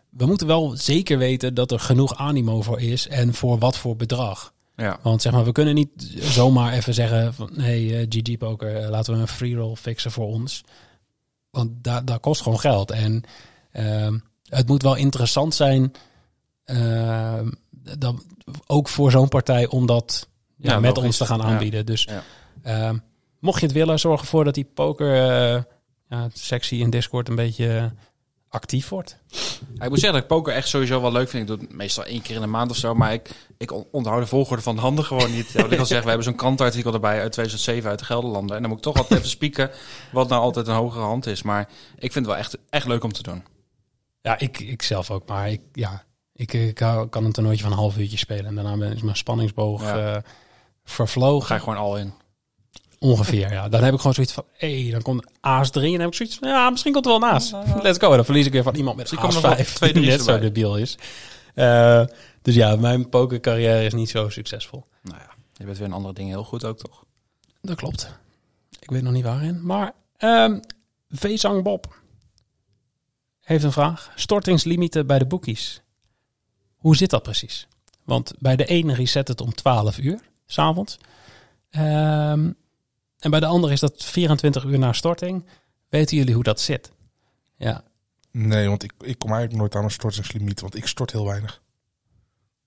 F: We moeten wel zeker weten dat er genoeg animo voor is. En voor wat voor bedrag.
G: Ja.
F: Want zeg maar, we kunnen niet zomaar even zeggen van... Hé, hey, eh, GG Poker, eh, laten we een free roll fixen voor ons. Want da dat kost gewoon geld. En ehm, het moet wel interessant zijn... ehm, dat, ook voor zo'n partij om dat ja,
G: Ja,
F: met
G: logisch.
F: ons te gaan
G: Ja.
F: aanbieden. Dus
G: Ja.
F: ehm, mocht je het willen, zorg ervoor dat die poker eh, ja, sectie in Discord een beetje eh, actief wordt.
G: Ja, Ik moet zeggen dat ik poker echt sowieso wel leuk vind. Ik doe het meestal één keer in de maand of zo. Maar ik, ik on- onthoud de volgorde van de handen gewoon niet. Ja, Wat ik al zeg, we hebben zo'n krantartikel erbij uit 2007 uit de Gelderlanden. En dan moet ik toch altijd even spieken wat nou altijd een hogere hand is. Maar ik vind het wel echt, echt leuk om te doen.
F: Ja, ik, ik zelf ook. Maar ik, ja, ik, ik hou- kan een toernooitje van een half uurtje spelen. En daarna ben- is mijn spanningsboog
G: Ja.
F: eh,
G: Ga
F: vervlogen.
G: je gewoon al in.
F: Ongeveer, ja. Dan heb ik gewoon zoiets van, hé, dan komt aas 3. En dan heb ik zoiets van, ja, misschien komt er wel een aas. Let's go. En dan verlies ik weer van iemand met
G: Misschien
F: aas
G: komen er nog wel
F: 5.
G: twee
F: Die
G: drie's
F: net zo
G: erbij.
F: debiel is. Eh, dus ja, mijn pokercarrière is niet zo succesvol.
G: Nou ja, je bent weer in andere dingen heel goed ook toch?
F: Dat klopt. Ik weet nog niet waarin. Maar ehm Vezang Bob heeft een vraag. Stortingslimieten bij de boekies. Hoe zit dat precies? Want bij de ene reset het om 12 uur, s'avonds. Ehm en bij de andere is dat 24 uur na storting. Weten jullie hoe dat zit? Ja,
C: (laughs) Nee, want ik, ik kom eigenlijk nooit aan mijn stortingslimiet, want ik stort heel weinig.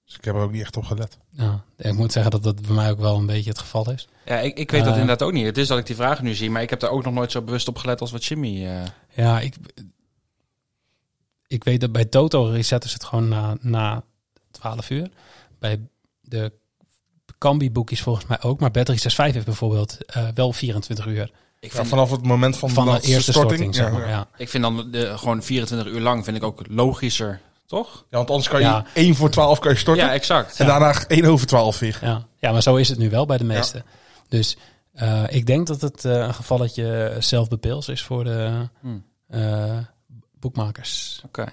C: Dus ik heb er ook niet echt op gelet.
F: nou, ik moet zeggen dat dat bij mij ook wel een beetje het geval is.
G: Ja, ik, ik weet dat
F: Eh.
G: inderdaad ook niet. Het is dat ik die vragen nu zie, maar ik heb daar ook nog nooit zo bewust op gelet als wat Jimmy. eh,
F: Ja, ik, ik weet dat bij Toto resetten ze het gewoon na, na 12 uur. Bij de Kambi boekjes volgens mij ook. Maar Battery 65 heeft bijvoorbeeld eh, wel 24 uur
G: ik,
C: Ja,
G: vind,
C: vanaf het moment van,
F: van de
C: laatste
F: eerste storting. zeg maar,
C: ja, ja.
F: ja.
G: ik vind dan de, gewoon 24 uur lang vind ik ook logischer, toch?
C: Ja, want anders kan je
F: Ja.
C: 1 voor 12 kan je storten.
G: Ja, exact.
C: en daarna 1 over 12 weer.
F: Ja. ja, maar zo is het nu wel bij de meeste. Dus eh, ik denk dat het eh, een gevalletje zelfbepils is voor de
G: Hmm.
F: eh, boekmakers.
G: Oké.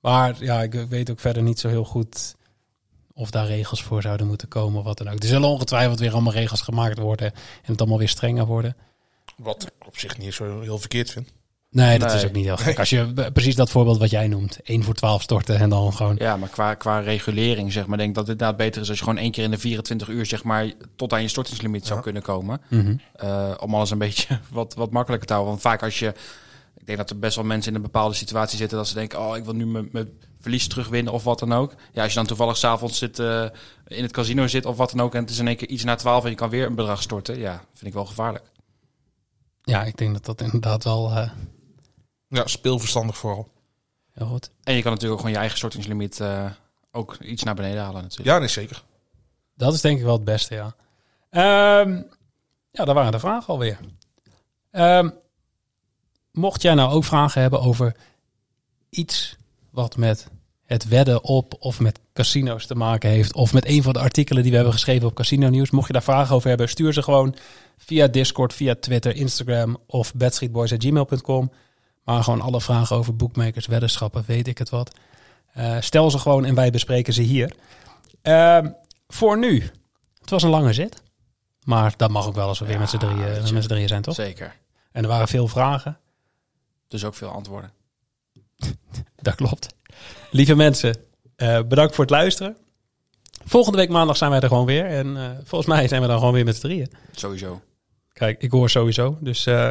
F: Maar ja, ik weet ook verder niet zo heel goed of daar regels voor zouden moeten komen of wat dan ook. Er zullen ongetwijfeld weer allemaal regels gemaakt worden en het allemaal weer strenger worden.
C: Wat ik op zich niet zo heel verkeerd vind.
F: Nee, dat
G: Nee.
F: is ook niet heel gek. Als je eh, precies dat voorbeeld wat jij noemt, 1 voor 12 storten en dan gewoon...
G: Ja, maar qua, qua regulering zeg maar, denk ik dat het inderdaad beter is als je gewoon één keer in de 24 uur zeg maar tot aan je stortingslimiet zou
C: Ja.
G: kunnen komen.
F: Mhm.
G: Eh, om alles een beetje (laughs) wat, wat makkelijker te houden. Want vaak als je, ik denk dat er best wel mensen in een bepaalde situatie zitten dat ze denken, oh ik wil nu mijn- mijn verlies terugwinnen of wat dan ook. Ja, als je dan toevallig s'avonds zit, eh, in het casino zit of wat dan ook en het is in één keer iets na 12 en je kan weer een bedrag storten. Ja, vind ik wel gevaarlijk.
F: Ja, ik denk dat dat inderdaad wel eh,
C: Ja, speel verstandig vooral.
F: heel goed...
G: En je kan natuurlijk ook gewoon je eigen stortingslimiet eh, ook iets naar beneden halen natuurlijk.
C: Ja, nee, zeker.
F: Dat is denk ik wel het beste, ja. Ehm, ja, daar waren de vragen alweer. Ehm, mocht jij nou ook vragen hebben over iets wat met het wedden op of met casino's te maken heeft, of met een van de artikelen die we hebben geschreven op Casino Nieuws, mocht je daar vragen over hebben, stuur ze gewoon via Discord, via Twitter, Instagram of bedstreetboys@gmail.com. Maar gewoon alle vragen over boekmakers, weddenschappen, weet ik het wat. Eh, stel ze gewoon en wij bespreken ze hier. Ehm, voor nu. Het was een lange zit. Maar dat mag ook wel als we weer
G: Ja,
F: met z'n drieën,
G: weet
F: met
G: je.
F: z'n drieën zijn, toch?
G: Zeker.
F: En er waren veel vragen.
G: Dus ook veel antwoorden.
F: Dat klopt. Lieve mensen, eh, bedankt voor het luisteren. Volgende week maandag zijn wij er gewoon weer. En eh, volgens mij zijn we dan gewoon weer met z'n drieën.
G: Sowieso.
F: Kijk, ik hoor sowieso. Dus eh,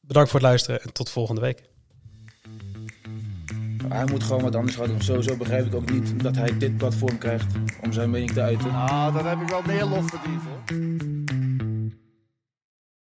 F: bedankt voor het luisteren en tot volgende week.
C: Hij moet gewoon wat anders gaan doen. Sowieso begrijp ik ook niet dat hij dit platform krijgt om zijn mening te uiten.
I: Ah, dan heb ik wel meer lof verdiend hoor.